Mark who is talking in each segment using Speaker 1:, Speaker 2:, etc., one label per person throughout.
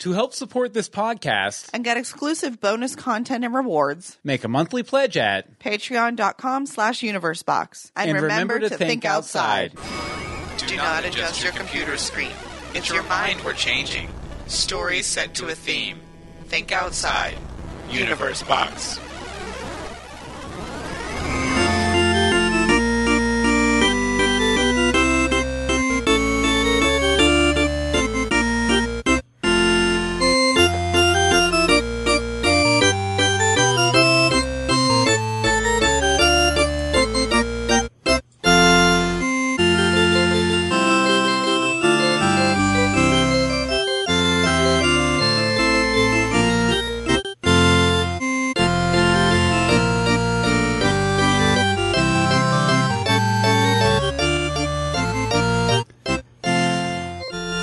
Speaker 1: To help support this podcast,
Speaker 2: and get exclusive bonus content and rewards.
Speaker 1: make a monthly pledge at
Speaker 2: Patreon.com slash universebox. And, remember, to, think, outside. Do not adjust your computer screen. It's your mind we're changing. Stories set to a theme. Think outside.
Speaker 3: Universe Box.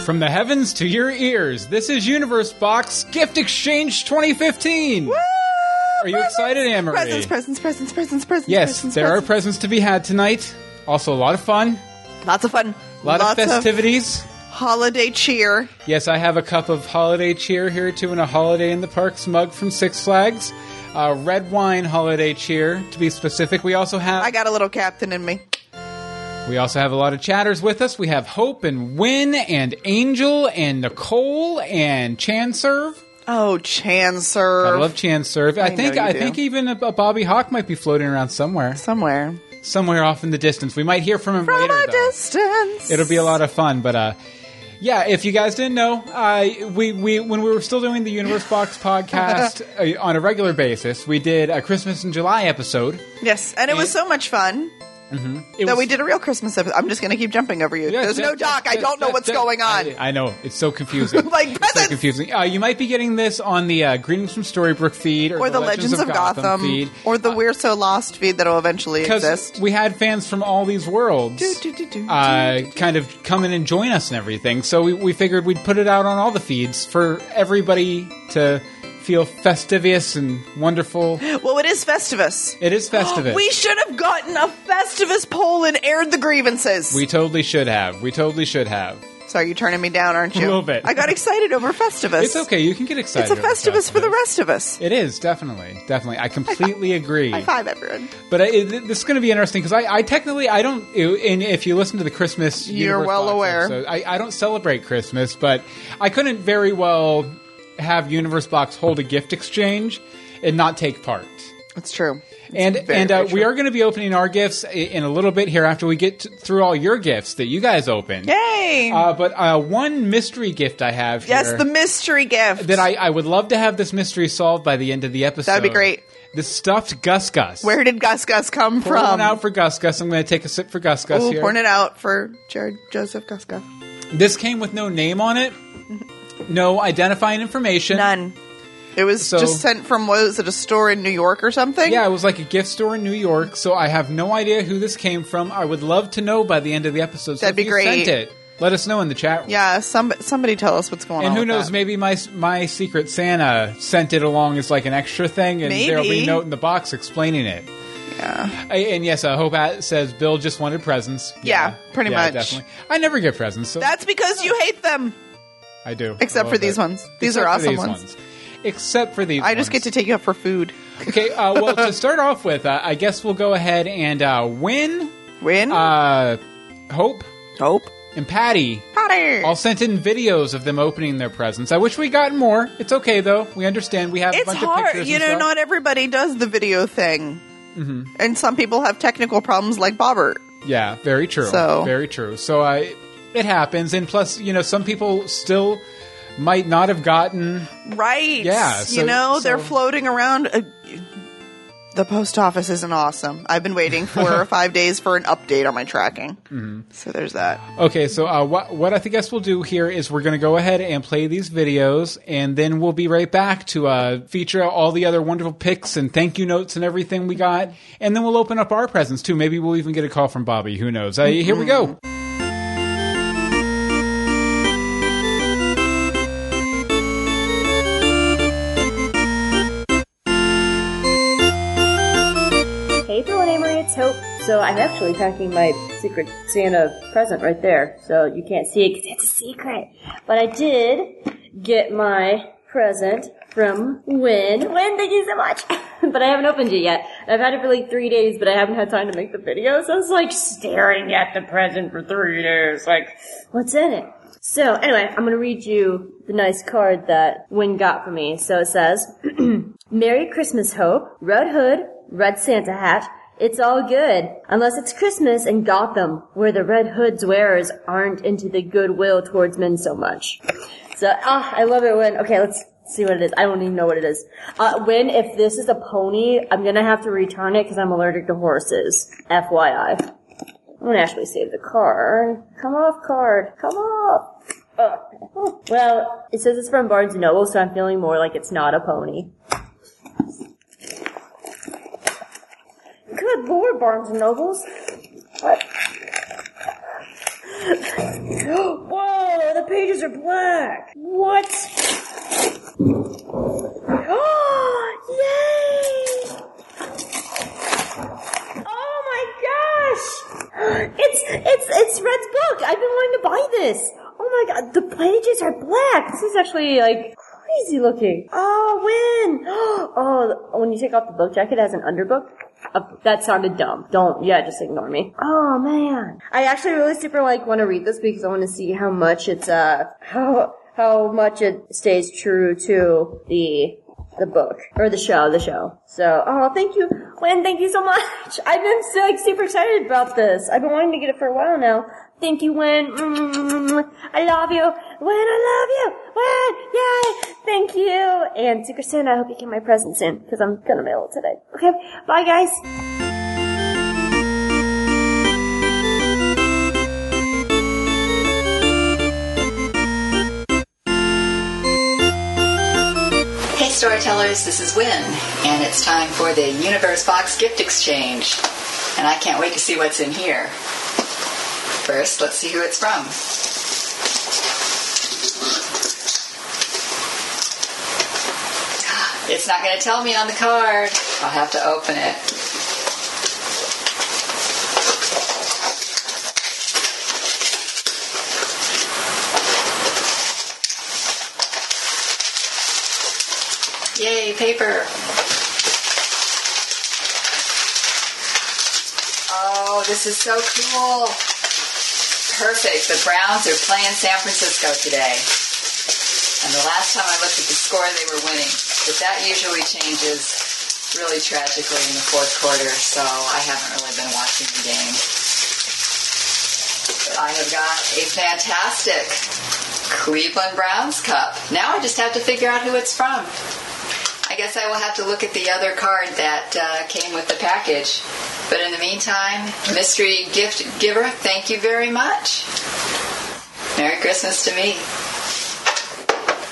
Speaker 1: From the Heavens to Your Ears. This is Universe Box Gift Exchange 2015. Are you excited, Anne Marie?
Speaker 2: Presents, presents, presents, presents, presents.
Speaker 1: Yes,
Speaker 2: presents,
Speaker 1: there are
Speaker 2: presents.
Speaker 1: presents to be had tonight. Also, a lot of fun,
Speaker 2: lots of fun.
Speaker 1: a lot
Speaker 2: lots
Speaker 1: of festivities.
Speaker 2: holiday cheer.
Speaker 1: Yes, I have a cup of holiday cheer here too, and a Holiday in the Parks mug from Six Flags. Uh, red wine holiday cheer, to be specific. We also have
Speaker 2: I got a little captain in me.
Speaker 1: we also have a lot of chatters with us. We have Hope and Win and Angel and Nicole and Chanserve.
Speaker 2: Oh, Chancer.
Speaker 1: I love Chanserve. I,
Speaker 2: know
Speaker 1: think
Speaker 2: you
Speaker 1: I
Speaker 2: do.
Speaker 1: think even a, a Bobby Hawk might be floating around somewhere,
Speaker 2: Somewhere.
Speaker 1: somewhere off in the distance. We might hear from him
Speaker 2: From
Speaker 1: later.
Speaker 2: a
Speaker 1: though.
Speaker 2: distance.
Speaker 1: It'll be a lot of fun, but uh, yeah. If you guys didn't know, uh, we we when we were still doing the Universe Box podcast uh, on a regular basis, we did a Christmas in July episode.
Speaker 2: Yes, and it was so much fun
Speaker 1: It
Speaker 2: that
Speaker 1: was-
Speaker 2: we did a real Christmas episode. I'm just going to keep jumping over you.
Speaker 1: Yeah,
Speaker 2: There's
Speaker 1: yeah,
Speaker 2: no doc.
Speaker 1: yeah,
Speaker 2: I don't know
Speaker 1: yeah,
Speaker 2: what's
Speaker 1: yeah.
Speaker 2: going on.
Speaker 1: I, I know it's so confusing.
Speaker 2: Like
Speaker 1: It's so
Speaker 2: presents.
Speaker 1: confusing. Uh, you might be getting this on the uh, Greetings from Storybrooke feed, or,
Speaker 2: Or the Legends, of Gotham,
Speaker 1: feed, uh,
Speaker 2: or the We're So Lost feed that will eventually
Speaker 1: because
Speaker 2: exist.
Speaker 1: we had fans from all these worlds.
Speaker 2: Do, do, do, do, do,
Speaker 1: uh,
Speaker 2: do, do.
Speaker 1: kind of come in and join us and everything. So we, we figured we'd put it out on all the feeds for everybody to feel festivious and wonderful.
Speaker 2: Well, it is Festivus.
Speaker 1: It is festivus.
Speaker 2: We should have gotten a Festivus poll and aired the grievances.
Speaker 1: We totally should have. We totally should have.
Speaker 2: Sorry, you're turning me down, aren't you?
Speaker 1: A little bit.
Speaker 2: I got excited over Festivus.
Speaker 1: It's okay. You can get excited.
Speaker 2: It's a
Speaker 1: over
Speaker 2: Festivus for the rest of us.
Speaker 1: It is definitely, definitely. I completely agree.
Speaker 2: High five, everyone.
Speaker 1: But I, it, this is going to be interesting because I, I technically I don't. And if you listen to the Christmas,
Speaker 2: You're
Speaker 1: Universe
Speaker 2: well
Speaker 1: Box
Speaker 2: aware.
Speaker 1: episode, I, I don't celebrate Christmas, but I couldn't very well have Universe Box hold a gift exchange and not take part.
Speaker 2: It's true.
Speaker 1: And
Speaker 2: very,
Speaker 1: and uh,
Speaker 2: very
Speaker 1: we
Speaker 2: true.
Speaker 1: are going to be opening our gifts i- in a little bit here after we get t through all your gifts that you guys opened.
Speaker 2: Yay!
Speaker 1: Uh, but uh, one mystery gift I have
Speaker 2: yes,
Speaker 1: here
Speaker 2: the mystery gift.
Speaker 1: that I, I would love to have this mystery solved by the end of the episode.
Speaker 2: That'd be great.
Speaker 1: The stuffed Gus Gus.
Speaker 2: Where did Gus Gus come
Speaker 1: Pour
Speaker 2: from?
Speaker 1: one out for Gus Gus. I'm going to take a sip for Gus Gus
Speaker 2: We'll
Speaker 1: here.
Speaker 2: point it out for Jared Joseph Guska.
Speaker 1: This came with no name on it, no identifying information.
Speaker 2: None. It was
Speaker 1: So-
Speaker 2: just sent from what was it a store in New York or something?
Speaker 1: Yeah, it was like a gift store in New York, so I have no idea who this came from. I would love to know by the end of the episode. So
Speaker 2: That'd
Speaker 1: if
Speaker 2: be
Speaker 1: you Sent
Speaker 2: great.
Speaker 1: it. Let us know in the chat. room.
Speaker 2: yeah. Some somebody tell us what's going
Speaker 1: And
Speaker 2: on.
Speaker 1: who
Speaker 2: with
Speaker 1: knows?
Speaker 2: that.
Speaker 1: Maybe my my secret Santa sent it along as like an extra thing, and there'll be a
Speaker 2: Maybe.
Speaker 1: note in the box explaining it.
Speaker 2: Yeah.
Speaker 1: I, and yes, I hope at says Bill just wanted presents.
Speaker 2: Yeah, pretty
Speaker 1: Yeah,
Speaker 2: much.
Speaker 1: Definitely. I never get presents, so
Speaker 2: That's because you hate them.
Speaker 1: I do.
Speaker 2: Except
Speaker 1: I
Speaker 2: for
Speaker 1: love
Speaker 2: these
Speaker 1: it.
Speaker 2: ones. These are
Speaker 1: Oh, for
Speaker 2: awesome ones.
Speaker 1: Except for these.
Speaker 2: I just get
Speaker 1: ones.
Speaker 2: to take you out for food.
Speaker 1: Okay, uh, well, to start off with, uh, I guess we'll go ahead and uh, win.
Speaker 2: Win.
Speaker 1: Uh, Hope
Speaker 2: nope.
Speaker 1: and Patty
Speaker 2: Potter.
Speaker 1: all sent in videos of them opening their presents. I wish we got more. It's okay though. We understand. We have a
Speaker 2: it's
Speaker 1: bunch of
Speaker 2: hard.
Speaker 1: pictures.
Speaker 2: You
Speaker 1: and
Speaker 2: know,
Speaker 1: stuff. Mm-hmm.
Speaker 2: not everybody does the video thing, and some people have technical problems like Bobbert.
Speaker 1: Yeah, very true.
Speaker 2: So-
Speaker 1: very true. So I, it happens, and plus, you know, some people still might not have gotten.
Speaker 2: Right.
Speaker 1: Yeah, so-
Speaker 2: you know, they're
Speaker 1: so-
Speaker 2: floating around. Uh, the post office isn't awesome. I've been waiting four or five days for an update on my tracking.
Speaker 1: Mm-hmm.
Speaker 2: So there's that.
Speaker 1: Okay, so uh, what what I think guess we'll do here is we're going to go ahead and play these videos, and then we'll be right back to uh, feature all the other wonderful picks and thank you notes and everything we got, and then we'll open up our presents too. Maybe we'll even get a call from Bobby. Who knows? Uh, here we go.
Speaker 2: Mm-hmm.
Speaker 4: Hey, Bill and Amory, it's Hope. So I'm actually packing my Secret Santa present right there, so you can't see it because it's a secret. But I did get my present from Win. Win, thank you so much. but I haven't opened it yet. I've had it for like three days, but I haven't had time to make the video, so I was like staring at the present for three days, like, what's in it? So anyway, I'm gonna read you the nice card that Win got for me. So it says, Merry Christmas, Hope. Red hood, red Santa hat. It's all good, unless it's Christmas in Gotham, where the Red Hood's wearers aren't into the goodwill towards men so much. So, ah, I love it when, okay, let's see what it is. I don't even know what it is. Uh, when, if this is a pony, I'm gonna have to return it because I'm allergic to horses. FYI. I'm gonna actually save the card. Come off card. Come off. Ugh. Well, it says it's from Barnes & Noble, so I'm feeling more like it's not a pony. Good lord, Barnes and Nobles. What? Whoa, the pages are black. What? Oh, yay! Oh my gosh! It's, it's, it's Red's book. I've been wanting to buy this. Oh my god, the pages are black. This is actually like crazy looking. Oh, win! Oh, when you take off the book jacket, it has an underbook. Uh, that sounded dumb. Don't, yeah, just ignore me. Oh man. I actually really super like want to read this because I want to see how much it's, uh, how, how much it stays true to the, the book. Or the show, the show. So, oh, thank you, Lynn, thank you so much. I've been so, like, super excited about this. I've been wanting to get it for a while now. Thank you, Wynn. Mm, I love you. Wynn, I love you. Wynn, yay. Thank you. And Secret Santa, I hope you get my present soon because I'm going to mail it today. Okay, bye guys.
Speaker 5: Hey, storytellers, this is Win, and it's time for the Universe Box Gift Exchange. And I can't wait to see what's in here. First, let's see who it's from. It's not going to tell me on the card. I'll have to open it. Yay, paper. Oh, this is so cool. Perfect. The Browns are playing San Francisco today. And the last time I looked at the score, they were winning. But that usually changes really tragically in the fourth quarter, so I haven't really been watching the game. But I have got a fantastic Cleveland Browns cup. Now I just have to figure out who it's from. I guess I will have to look at the other card that uh, came with the package. But in the meantime, mystery gift giver, thank you very much. Merry Christmas to me.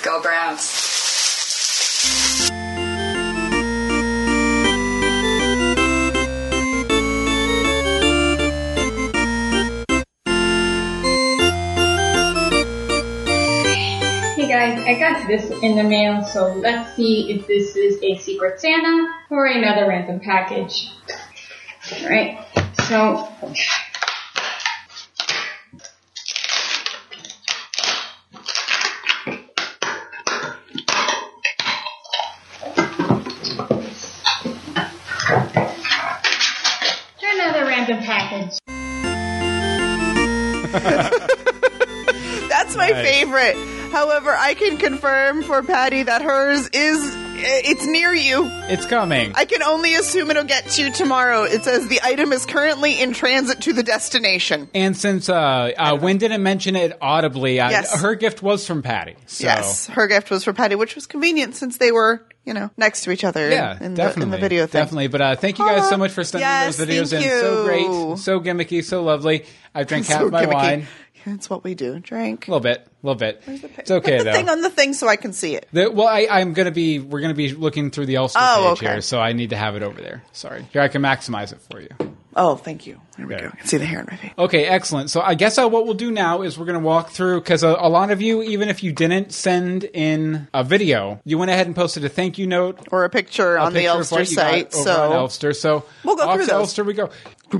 Speaker 5: Go Browns.
Speaker 6: Hey guys, I got this in the mail, so let's see if this is a Secret Santa or another random package. Alright, so another random package.
Speaker 2: That's my
Speaker 1: Nice.
Speaker 2: favorite. However, I can confirm for Patty that hers is it's near you.
Speaker 1: It's coming.
Speaker 2: I can only assume it'll get to you tomorrow. It says the item is currently in transit to the destination.
Speaker 1: and since uh, uh, Wynn didn't mention it audibly, uh,
Speaker 2: Yes.
Speaker 1: her gift was from Patty. So.
Speaker 2: Yes, her gift was for Patty, which was convenient since they were, you know, next to each other
Speaker 1: Yeah,
Speaker 2: in, in the,
Speaker 1: definitely.
Speaker 2: in the video thing.
Speaker 1: Definitely. But uh, thank you guys so much for sending
Speaker 2: Yes,
Speaker 1: those videos in.
Speaker 2: thank
Speaker 1: So
Speaker 2: you.
Speaker 1: great, so gimmicky, so lovely. I've drank half
Speaker 2: So
Speaker 1: my
Speaker 2: gimmicky.
Speaker 1: wine.
Speaker 2: That's what we do. Drink.
Speaker 1: A little bit, a little bit. it's
Speaker 2: Put
Speaker 1: okay
Speaker 2: the
Speaker 1: though.
Speaker 2: thing on the thing so I can see it.
Speaker 1: The- well, I, I'm gonna be. We're gonna be looking through the Elster
Speaker 2: Oh,
Speaker 1: page
Speaker 2: okay.
Speaker 1: here, so I need to have it over there. Sorry. Here, I can maximize it for you.
Speaker 2: Oh, thank you. There we
Speaker 1: There.
Speaker 2: go. I can see the hair in my face.
Speaker 1: Okay, excellent. So I guess uh, what we'll do now is we're going to walk through because a, a lot of you, even if you didn't send in a video, you went ahead and posted a thank you note
Speaker 2: Or a picture
Speaker 1: a
Speaker 2: on the
Speaker 1: picture of
Speaker 2: Elster
Speaker 1: what you got
Speaker 2: site.
Speaker 1: over on
Speaker 2: So
Speaker 1: Elster. So
Speaker 2: We'll go
Speaker 1: off
Speaker 2: through
Speaker 1: to
Speaker 2: those.
Speaker 1: Elster we go.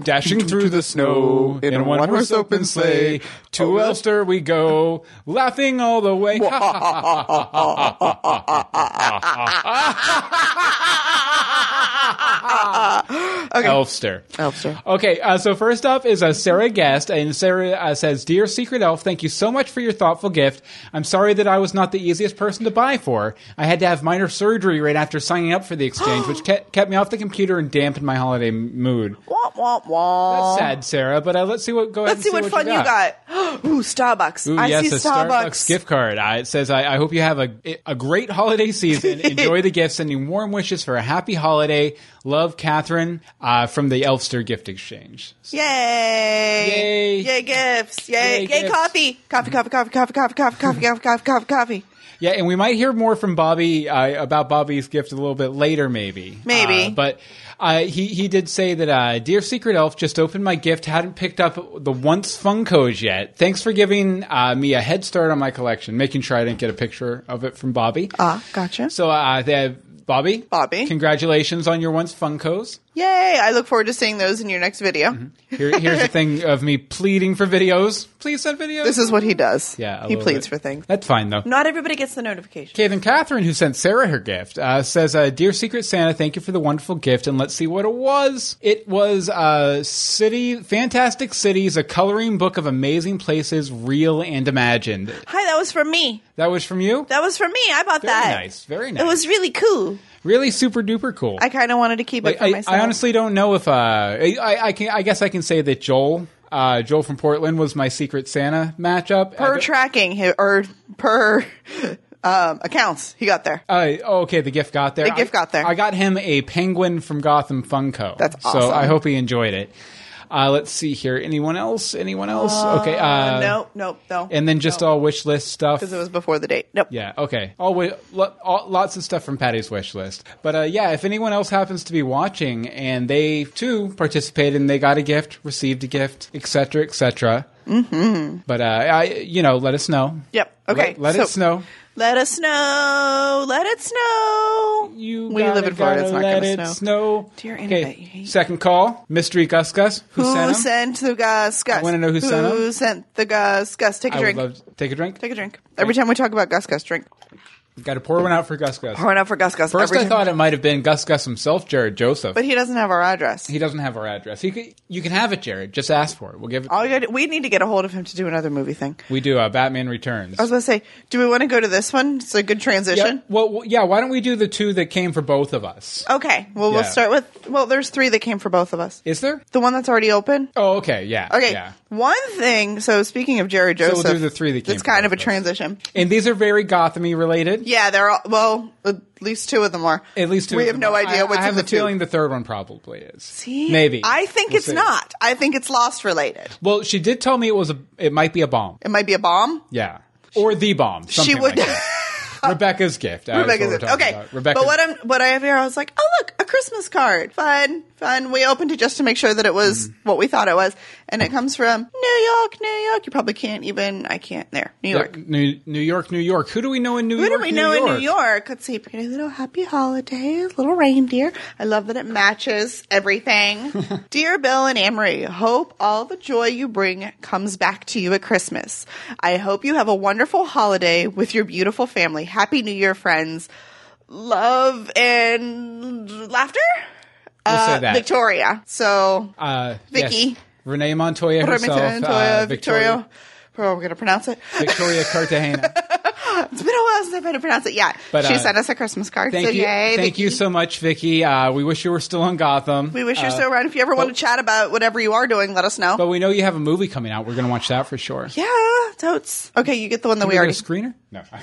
Speaker 1: Dashing through the snow in a one horse open sleigh, Oh, to Elster we go, laughing all the way.
Speaker 2: Okay.
Speaker 1: Elfster.
Speaker 2: Elfster.
Speaker 1: Okay, uh, so first up is uh, Sarah Guest, and Sarah uh, says, "Dear Secret Elf, thank you so much for your thoughtful gift. I'm sorry that I was not the easiest person to buy for. I had to have minor surgery right after signing up for the exchange, which kept, kept me off the computer and dampened my holiday m- mood.
Speaker 2: Womp womp womp.
Speaker 1: That's sad, Sarah. But uh, let's see what go ahead.
Speaker 2: Let's
Speaker 1: and
Speaker 2: see what, fun you got. Ooh, Starbucks.
Speaker 1: Ooh,
Speaker 2: I
Speaker 1: yes,
Speaker 2: see
Speaker 1: a Starbucks. gift card. Uh, it says, I, I hope you have a, a great holiday season. Enjoy the gift. Sending warm wishes for a happy holiday. Love, Catherine, uh, from the Elfster Gift Exchange.
Speaker 2: Yay!
Speaker 1: Yay.
Speaker 2: Yay gifts! Yay!
Speaker 1: Yay,
Speaker 2: Yay,
Speaker 1: gifts.
Speaker 2: coffee! Coffee! Coffee! Coffee! Coffee! Coffee! Coffee! Coffee! Coffee! Coffee! Coffee! Coffee!
Speaker 1: Yeah, and we might hear more from Bobby uh, about Bobby's gift a little bit later, maybe.
Speaker 2: Maybe.
Speaker 1: Uh, but uh, he he did say that uh, dear secret elf just opened my gift, hadn't picked up the once Funkos yet. Thanks for giving uh, me a head start on my collection, making sure I didn't get a picture of it from Bobby.
Speaker 2: Ah, gotcha.
Speaker 1: so uh, they have Bobby,
Speaker 2: Bobby.
Speaker 1: congratulations on your once Funkos.
Speaker 2: Yay! I look forward to seeing those in your next video.
Speaker 1: Mm-hmm. Here, here's a thing of me pleading for videos. Please send videos.
Speaker 2: This is what he does.
Speaker 1: Yeah, a
Speaker 2: he
Speaker 1: little
Speaker 2: pleads
Speaker 1: bit.
Speaker 2: for things.
Speaker 1: That's fine though.
Speaker 2: Not everybody gets the notification.
Speaker 1: Okay, then Catherine, who sent Sarah her gift, uh, says, uh, "Dear Secret Santa, thank you for the wonderful gift, and let's see what it was. It was uh, City Fantastic Cities, a coloring book of amazing places, real and imagined.
Speaker 2: Hi, that was from me.
Speaker 1: That was from you.
Speaker 2: That was from me. I bought
Speaker 1: very
Speaker 2: that.
Speaker 1: nice, very nice.
Speaker 2: It was really cool.
Speaker 1: really super duper cool.
Speaker 2: I kind of wanted to keep it
Speaker 1: Like,
Speaker 2: for
Speaker 1: I,
Speaker 2: myself.
Speaker 1: I honestly don't know if uh, I, I, I can. I guess I can say that Joel, uh, Joel from Portland, was my Secret Santa matchup. I
Speaker 2: per
Speaker 1: don't-
Speaker 2: tracking hi- or per um, accounts, he got there.
Speaker 1: Uh, oh, okay, the gift got there.
Speaker 2: The gift
Speaker 1: I-
Speaker 2: got there.
Speaker 1: I got him a penguin from Gotham Funko.
Speaker 2: That's
Speaker 1: So
Speaker 2: awesome.
Speaker 1: I hope he enjoyed it. Uh, let's see here. Anyone else? Anyone else? okay. Uh,
Speaker 2: no, no, no.
Speaker 1: And then just all wish list stuff.
Speaker 2: because it was before the date. Nope.
Speaker 1: yeah. Okay. All, wi- lo- all lots of stuff from Patty's wish list. But uh, yeah, if anyone else happens to be watching and they too participated and they got a gift, received a gift, etc., etc. Mm-hmm. But uh, I, you know, let us know.
Speaker 2: Yep. Okay.
Speaker 1: Let, let
Speaker 2: so-
Speaker 1: us know.
Speaker 2: Let us know. Let it snow.
Speaker 1: You
Speaker 2: we live in Florida. It's not
Speaker 1: going
Speaker 2: going
Speaker 1: to
Speaker 2: to snow.
Speaker 1: snow.
Speaker 2: Dear internet, you hate-
Speaker 1: Second call, mystery Gus Gus. Who,
Speaker 2: Who
Speaker 1: sent him?
Speaker 2: sent, the gus gus?
Speaker 1: I wanna know who sent
Speaker 2: Who
Speaker 1: him.
Speaker 2: sent the gus gus? Take a
Speaker 1: I would
Speaker 2: drink.
Speaker 1: love to take a drink.
Speaker 2: Take a drink. Every time we talk about gus gus, drink.
Speaker 1: Got to pour one out for Gus Gus.
Speaker 2: Pouring out for gus gus.
Speaker 1: First,
Speaker 2: every
Speaker 1: I
Speaker 2: time.
Speaker 1: thought it might have been Gus Gus himself, Jared Joseph.
Speaker 2: but he doesn't have our address.
Speaker 1: he doesn't have our address. He could, you can have it, Jared. Just ask for it. We'll give it.
Speaker 2: All you gotta- we need to get a hold of him to do another movie thing.
Speaker 1: we do uh, Batman Returns.
Speaker 2: I was going to say, do we want to go to this one? It's a good
Speaker 1: yeah,
Speaker 2: transition.
Speaker 1: well, w- yeah. Why don't we do the two that came for both of us?
Speaker 2: Okay. Well, we'll
Speaker 1: Yeah.
Speaker 2: start with. Well, there's three that came for both of us.
Speaker 1: Is there?
Speaker 2: The one that's already open.
Speaker 1: Oh, okay. Yeah.
Speaker 2: Okay.
Speaker 1: Yeah.
Speaker 2: One thing. So speaking of Jerry
Speaker 1: we'll
Speaker 2: Joseph,
Speaker 1: do the three that came
Speaker 2: It's
Speaker 1: from
Speaker 2: kind of a
Speaker 1: both of us.
Speaker 2: transition.
Speaker 1: And these are very Gothamy related.
Speaker 2: Yeah, they're all well. At least two of them are.
Speaker 1: At least two
Speaker 2: we
Speaker 1: of
Speaker 2: have
Speaker 1: them
Speaker 2: no
Speaker 1: are.
Speaker 2: idea
Speaker 1: I,
Speaker 2: what's
Speaker 1: I have
Speaker 2: in the
Speaker 1: a feeling the
Speaker 2: Two.
Speaker 1: third one probably is.
Speaker 2: See?
Speaker 1: Maybe.
Speaker 2: I think
Speaker 1: We'll
Speaker 2: it's
Speaker 1: see.
Speaker 2: not. I think it's lost related.
Speaker 1: Well, she did tell me it was a. It might be a bomb.
Speaker 2: It might be a bomb.
Speaker 1: Yeah, or the bomb. Something
Speaker 2: She would.
Speaker 1: Like that. Rebecca's gift. That's
Speaker 2: Rebecca's
Speaker 1: what
Speaker 2: it.
Speaker 1: we're talking
Speaker 2: Okay,
Speaker 1: about. Rebecca.
Speaker 2: but what I'm what I have here, I was like, oh look, a Christmas card, fun, fun. We opened it just to make sure that it
Speaker 1: Mm.
Speaker 2: was what we thought it was, and it comes from New York, New York. You probably can't even. I can't. There, New
Speaker 1: Yeah,
Speaker 2: York.
Speaker 1: New, New York, New York. Who do we know in New
Speaker 2: Who
Speaker 1: York?
Speaker 2: do we know in New York? Let's see. Pretty little happy holidays, little reindeer. I love that it matches everything. Dear Bill and Amory, hope all the joy you bring comes back to you at Christmas. I hope you have a wonderful holiday with your beautiful family. Happy New Year, friends. Love and laughter.
Speaker 1: We'll say
Speaker 2: Uh,
Speaker 1: that.
Speaker 2: Victoria. So
Speaker 1: Uh,
Speaker 2: Vicky.
Speaker 1: Yes. Renee Montoya herself. uh,
Speaker 2: Victoria. Oh, we're gonna pronounce it.
Speaker 1: Victoria Cartagena.
Speaker 2: It's been a while since I've had to pronounce it. Yeah,
Speaker 1: But,
Speaker 2: she
Speaker 1: uh,
Speaker 2: sent us a Christmas card.
Speaker 1: Thank
Speaker 2: so
Speaker 1: you.
Speaker 2: yay,
Speaker 1: Thank you
Speaker 2: Vicky.
Speaker 1: so much, Vicky. Uh, we wish you were still on Gotham. Uh,
Speaker 2: We wish you're still around. If you ever want to chat about whatever you are doing, let us know.
Speaker 1: But we know you have a movie coming out. We're going to watch that for sure.
Speaker 2: yeah, totes. Okay, you get the one that we
Speaker 1: We got a
Speaker 2: already.
Speaker 1: screener? No.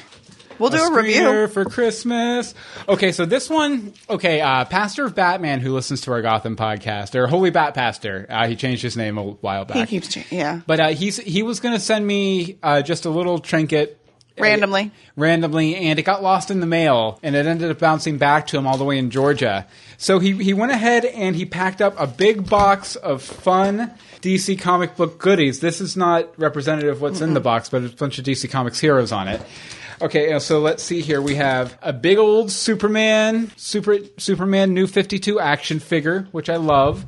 Speaker 2: We'll do a,
Speaker 1: screener
Speaker 2: review.
Speaker 1: for Christmas. Okay, so this one, okay, uh, Pastor of Batman, who listens to our Gotham podcast, or Holy Bat Pastor, uh, he changed his name a while back.
Speaker 2: He keeps changing. Yeah,
Speaker 1: But uh, he's he was going to send me uh, just a little trinket.
Speaker 2: Randomly.
Speaker 1: randomly, and it got lost in the mail, and it ended up bouncing back to him all the way in Georgia. So he he went ahead and he packed up a big box of fun DC comic book goodies. This is not representative of what's in the
Speaker 2: Mm-hmm.
Speaker 1: box, but it's a bunch of DC Comics heroes on it. Okay, uh, so let's see here. We have a big old
Speaker 2: Mm-hmm.
Speaker 1: Superman, Super Superman New Fifty Two action figure, which I love.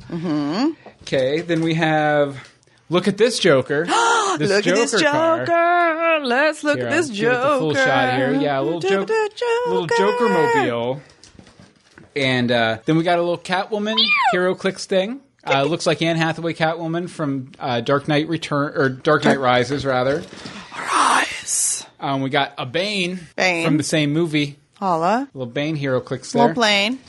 Speaker 1: Okay, then we have. Look at this Joker. This
Speaker 2: look at this Joker.
Speaker 1: car.
Speaker 2: Let's look
Speaker 1: Here,
Speaker 2: at
Speaker 1: I'll
Speaker 2: this
Speaker 1: give it
Speaker 2: Joker.
Speaker 1: the full shot here. Yeah, a little
Speaker 2: Look
Speaker 1: joke,
Speaker 2: at the
Speaker 1: little Joker mobile. And uh, then we got a little Catwoman hero clicks thing. Uh, looks like Anne Hathaway Catwoman from uh, Dark Knight Return or Dark Knight Rises, rather.
Speaker 2: Rise.
Speaker 1: Um, we got a Bane,
Speaker 2: Bane.
Speaker 1: from the same movie.
Speaker 2: Holla.
Speaker 1: Little Bane hero clicks there.
Speaker 2: Little Blaine.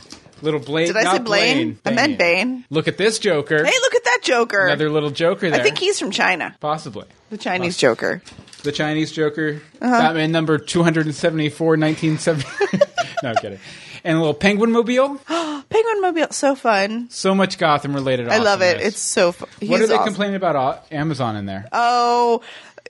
Speaker 1: Little Blade.
Speaker 2: Did I
Speaker 1: not
Speaker 2: say Blaine? I meant Bane.
Speaker 1: Look at this Joker.
Speaker 2: Hey, look at that Joker.
Speaker 1: Another little Joker there.
Speaker 2: I think he's from China.
Speaker 1: possibly
Speaker 2: The Chinese Joker.
Speaker 1: the Chinese Joker,
Speaker 2: Uh-huh.
Speaker 1: Batman number 274, 1970. no, I'm kidding. And a little penguin mobile.
Speaker 2: Penguin Mobile. So fun.
Speaker 1: So much Gotham related.
Speaker 2: I love it. It's so fun.
Speaker 1: what are they complaining about uh, Amazon in there?
Speaker 2: Oh,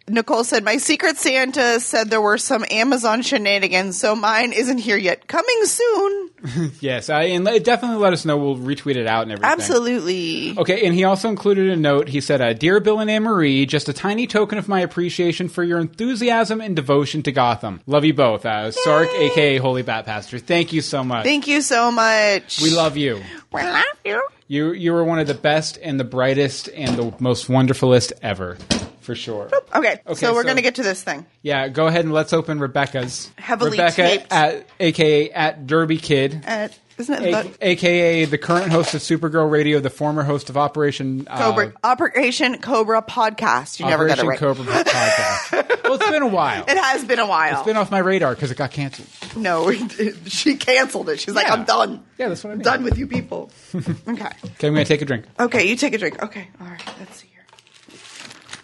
Speaker 2: Nicole said, My Secret Santa said there were some Amazon shenanigans, so mine isn't here yet. Coming soon.
Speaker 1: yes, I, and le- definitely let us know. We'll retweet it out and everything.
Speaker 2: Absolutely.
Speaker 1: Okay, and he also included a note. He said, uh, "Dear Bill and Anne Marie, just a tiny token of my appreciation for your enthusiasm and devotion to Gotham. Love you both, uh, Sark, aka Holy Bat Pastor. Thank you so much.
Speaker 2: Thank you so much.
Speaker 1: we love you.
Speaker 2: We love you.
Speaker 1: You you were one of the best and the brightest and the most wonderfulest ever, for sure.
Speaker 2: Okay, so
Speaker 1: so-
Speaker 2: we're going to get to this thing.
Speaker 1: Yeah, go ahead and let's open Rebecca's.
Speaker 2: Heavily
Speaker 1: Rebecca
Speaker 2: taped.
Speaker 1: at aka at Derby Kid.
Speaker 2: Uh, isn't it
Speaker 1: A-
Speaker 2: the
Speaker 1: AKA the current host of Supergirl Radio, the former host of Operation uh,
Speaker 2: Cobra, Operation Cobra podcast? You never got it
Speaker 1: Operation
Speaker 2: right.
Speaker 1: Cobra podcast. well, it's been a while.
Speaker 2: It has been a while.
Speaker 1: It's been off my radar because it got canceled.
Speaker 2: no, she canceled it. She's like,
Speaker 1: Yeah.
Speaker 2: I'm done.
Speaker 1: Yeah, that's what I mean.
Speaker 2: Done with you people. okay.
Speaker 1: Okay, I'm going to take a drink.
Speaker 2: Okay, you take a drink. Okay, all right, let's see here.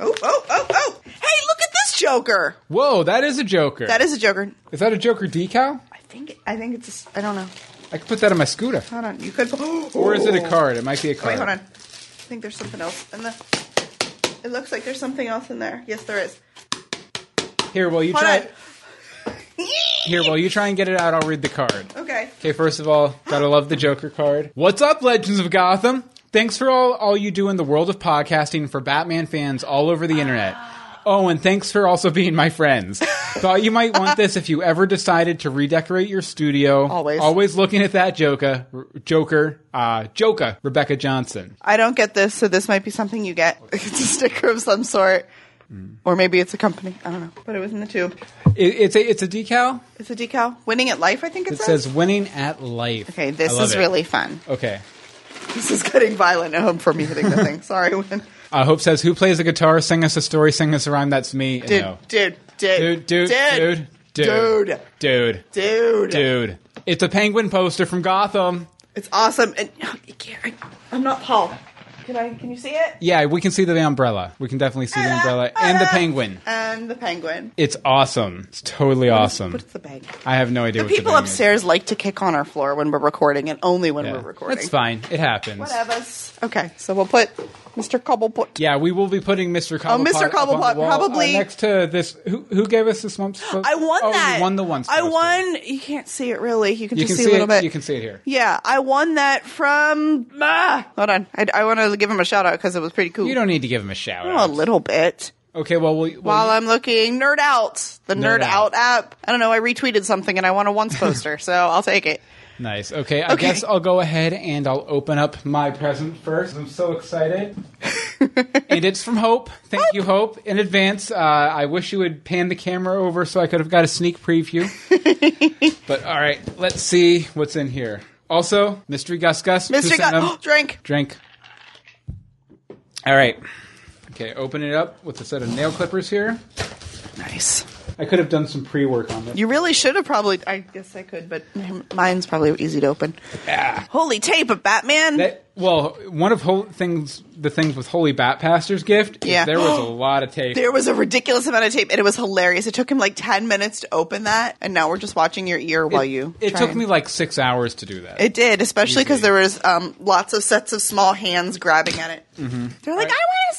Speaker 2: Oh, oh, oh, oh. Hey, look at this Joker.
Speaker 1: Whoa, that is a Joker.
Speaker 2: That is a Joker.
Speaker 1: Is that a Joker decal?
Speaker 2: I think I think it's, a s- I don't know.
Speaker 1: I could put that on my scooter.
Speaker 2: Hold on. You could.
Speaker 1: Or is it a card? It might be a
Speaker 2: Wait,
Speaker 1: card.
Speaker 2: hold on. I think there's something else in the. It looks like there's something else in there. Yes, there is.
Speaker 1: Here, while you
Speaker 2: Hold
Speaker 1: try.
Speaker 2: on.
Speaker 1: Here, while you try and get it out, I'll read the card.
Speaker 2: Okay.
Speaker 1: Okay, first of all, gotta love the Joker card. What's up, Legends of Gotham? Thanks for all, all you do in the world of podcasting for Batman fans all over the internet. Oh, and thanks for also being my friends. Thought you might want this if you ever decided to redecorate your studio.
Speaker 2: Always.
Speaker 1: Always looking at that Joker. Joker. Uh, Joker. Rebecca Johnson.
Speaker 2: I don't get this, so this might be something you get. It's a sticker of some sort.
Speaker 1: Mm.
Speaker 2: Or maybe it's a company. I don't know. But it was in the tube.
Speaker 1: It, it's, a, it's a decal.
Speaker 2: It's a decal. Winning at life, I think it,
Speaker 1: It says winning at life.
Speaker 2: Okay,
Speaker 1: I
Speaker 2: this
Speaker 1: love
Speaker 2: is
Speaker 1: it.
Speaker 2: really fun.
Speaker 1: Okay.
Speaker 2: This is getting violent at home for me hitting the thing. Sorry, Win.
Speaker 1: Uh, Hope says, who plays the guitar? Sing us a story, sing us a rhyme. That's me.
Speaker 2: Dude,
Speaker 1: no.
Speaker 2: dude,
Speaker 1: dude,
Speaker 2: dude,
Speaker 1: dude, dude, dude,
Speaker 2: dude,
Speaker 1: dude,
Speaker 2: dude,
Speaker 1: dude. It's a penguin poster from Gotham.
Speaker 2: It's awesome. And oh, you can't, I, I'm not Paul. Can I? Can you see it?
Speaker 1: Yeah, we can see the umbrella. We can definitely see the umbrella and the penguin.
Speaker 2: And the penguin.
Speaker 1: It's awesome. It's totally awesome.
Speaker 2: What's the bang?
Speaker 1: I have no idea.
Speaker 2: The
Speaker 1: what
Speaker 2: people
Speaker 1: bang is.
Speaker 2: upstairs like to kick on our floor when we're recording, and only when
Speaker 1: Yeah.
Speaker 2: we're recording.
Speaker 1: That's fine. It happens.
Speaker 2: Whatevs. Okay, so we'll put Mr. Cobblepot.
Speaker 1: Yeah, we will be putting Mr. Cobblepot.
Speaker 2: Mr.
Speaker 1: up on the
Speaker 2: Oh, Cobblepot,
Speaker 1: wall,
Speaker 2: probably-
Speaker 1: uh, next to this. Who, who gave us this one?
Speaker 2: I won
Speaker 1: oh,
Speaker 2: that.
Speaker 1: You won the one.
Speaker 2: I
Speaker 1: poster.
Speaker 2: won. You can't see it really. You can
Speaker 1: You
Speaker 2: just
Speaker 1: can
Speaker 2: see,
Speaker 1: see
Speaker 2: a little
Speaker 1: it.
Speaker 2: bit.
Speaker 1: You can see it here.
Speaker 2: Yeah, I won that from. Ah, hold on. I, want to give him a shout out because it was pretty cool.
Speaker 1: You don't need to give him a shout
Speaker 2: Oh, a
Speaker 1: out.
Speaker 2: little bit.
Speaker 1: Okay, well, we'll, we'll
Speaker 2: While I'm looking, Nerd Out, the
Speaker 1: Nerd
Speaker 2: Nerd,
Speaker 1: Out.
Speaker 2: Out. app. I don't know. I retweeted something and I won a once poster, so I'll take it.
Speaker 1: Nice. Okay, I
Speaker 2: Okay.
Speaker 1: guess I'll go ahead and I'll open up my present first. I'm so excited. and it's from Hope. Thank you, Hope, in advance. Uh, I wish you would pan the camera over so I could have got a sneak preview. but all right, let's see what's in here. Also, Mystery Gus Gus. who
Speaker 2: Mr.
Speaker 1: sent
Speaker 2: Got
Speaker 1: him?
Speaker 2: drink.
Speaker 1: Drink. All right. Okay, open it up with a set of nail clippers here.
Speaker 2: Nice.
Speaker 1: I could have done some pre work on it.
Speaker 2: You really should have probably. I guess I could, but mine's probably easy to open. Holy tape of Batman.
Speaker 1: That, well, one of hol- things the things with Holy Bat Pastor's gift.
Speaker 2: Yeah.
Speaker 1: Is there was a lot of tape.
Speaker 2: there was a ridiculous amount of tape, and it was hilarious. It took him like ten minutes to open that, and now we're just watching your ear while you.
Speaker 1: It
Speaker 2: try
Speaker 1: took
Speaker 2: and-
Speaker 1: me like six hours to do that.
Speaker 2: It did, especially because
Speaker 1: Easily.
Speaker 2: there was um, lots of sets of small hands grabbing at it.
Speaker 1: Mm-hmm.
Speaker 2: They're like, "I want to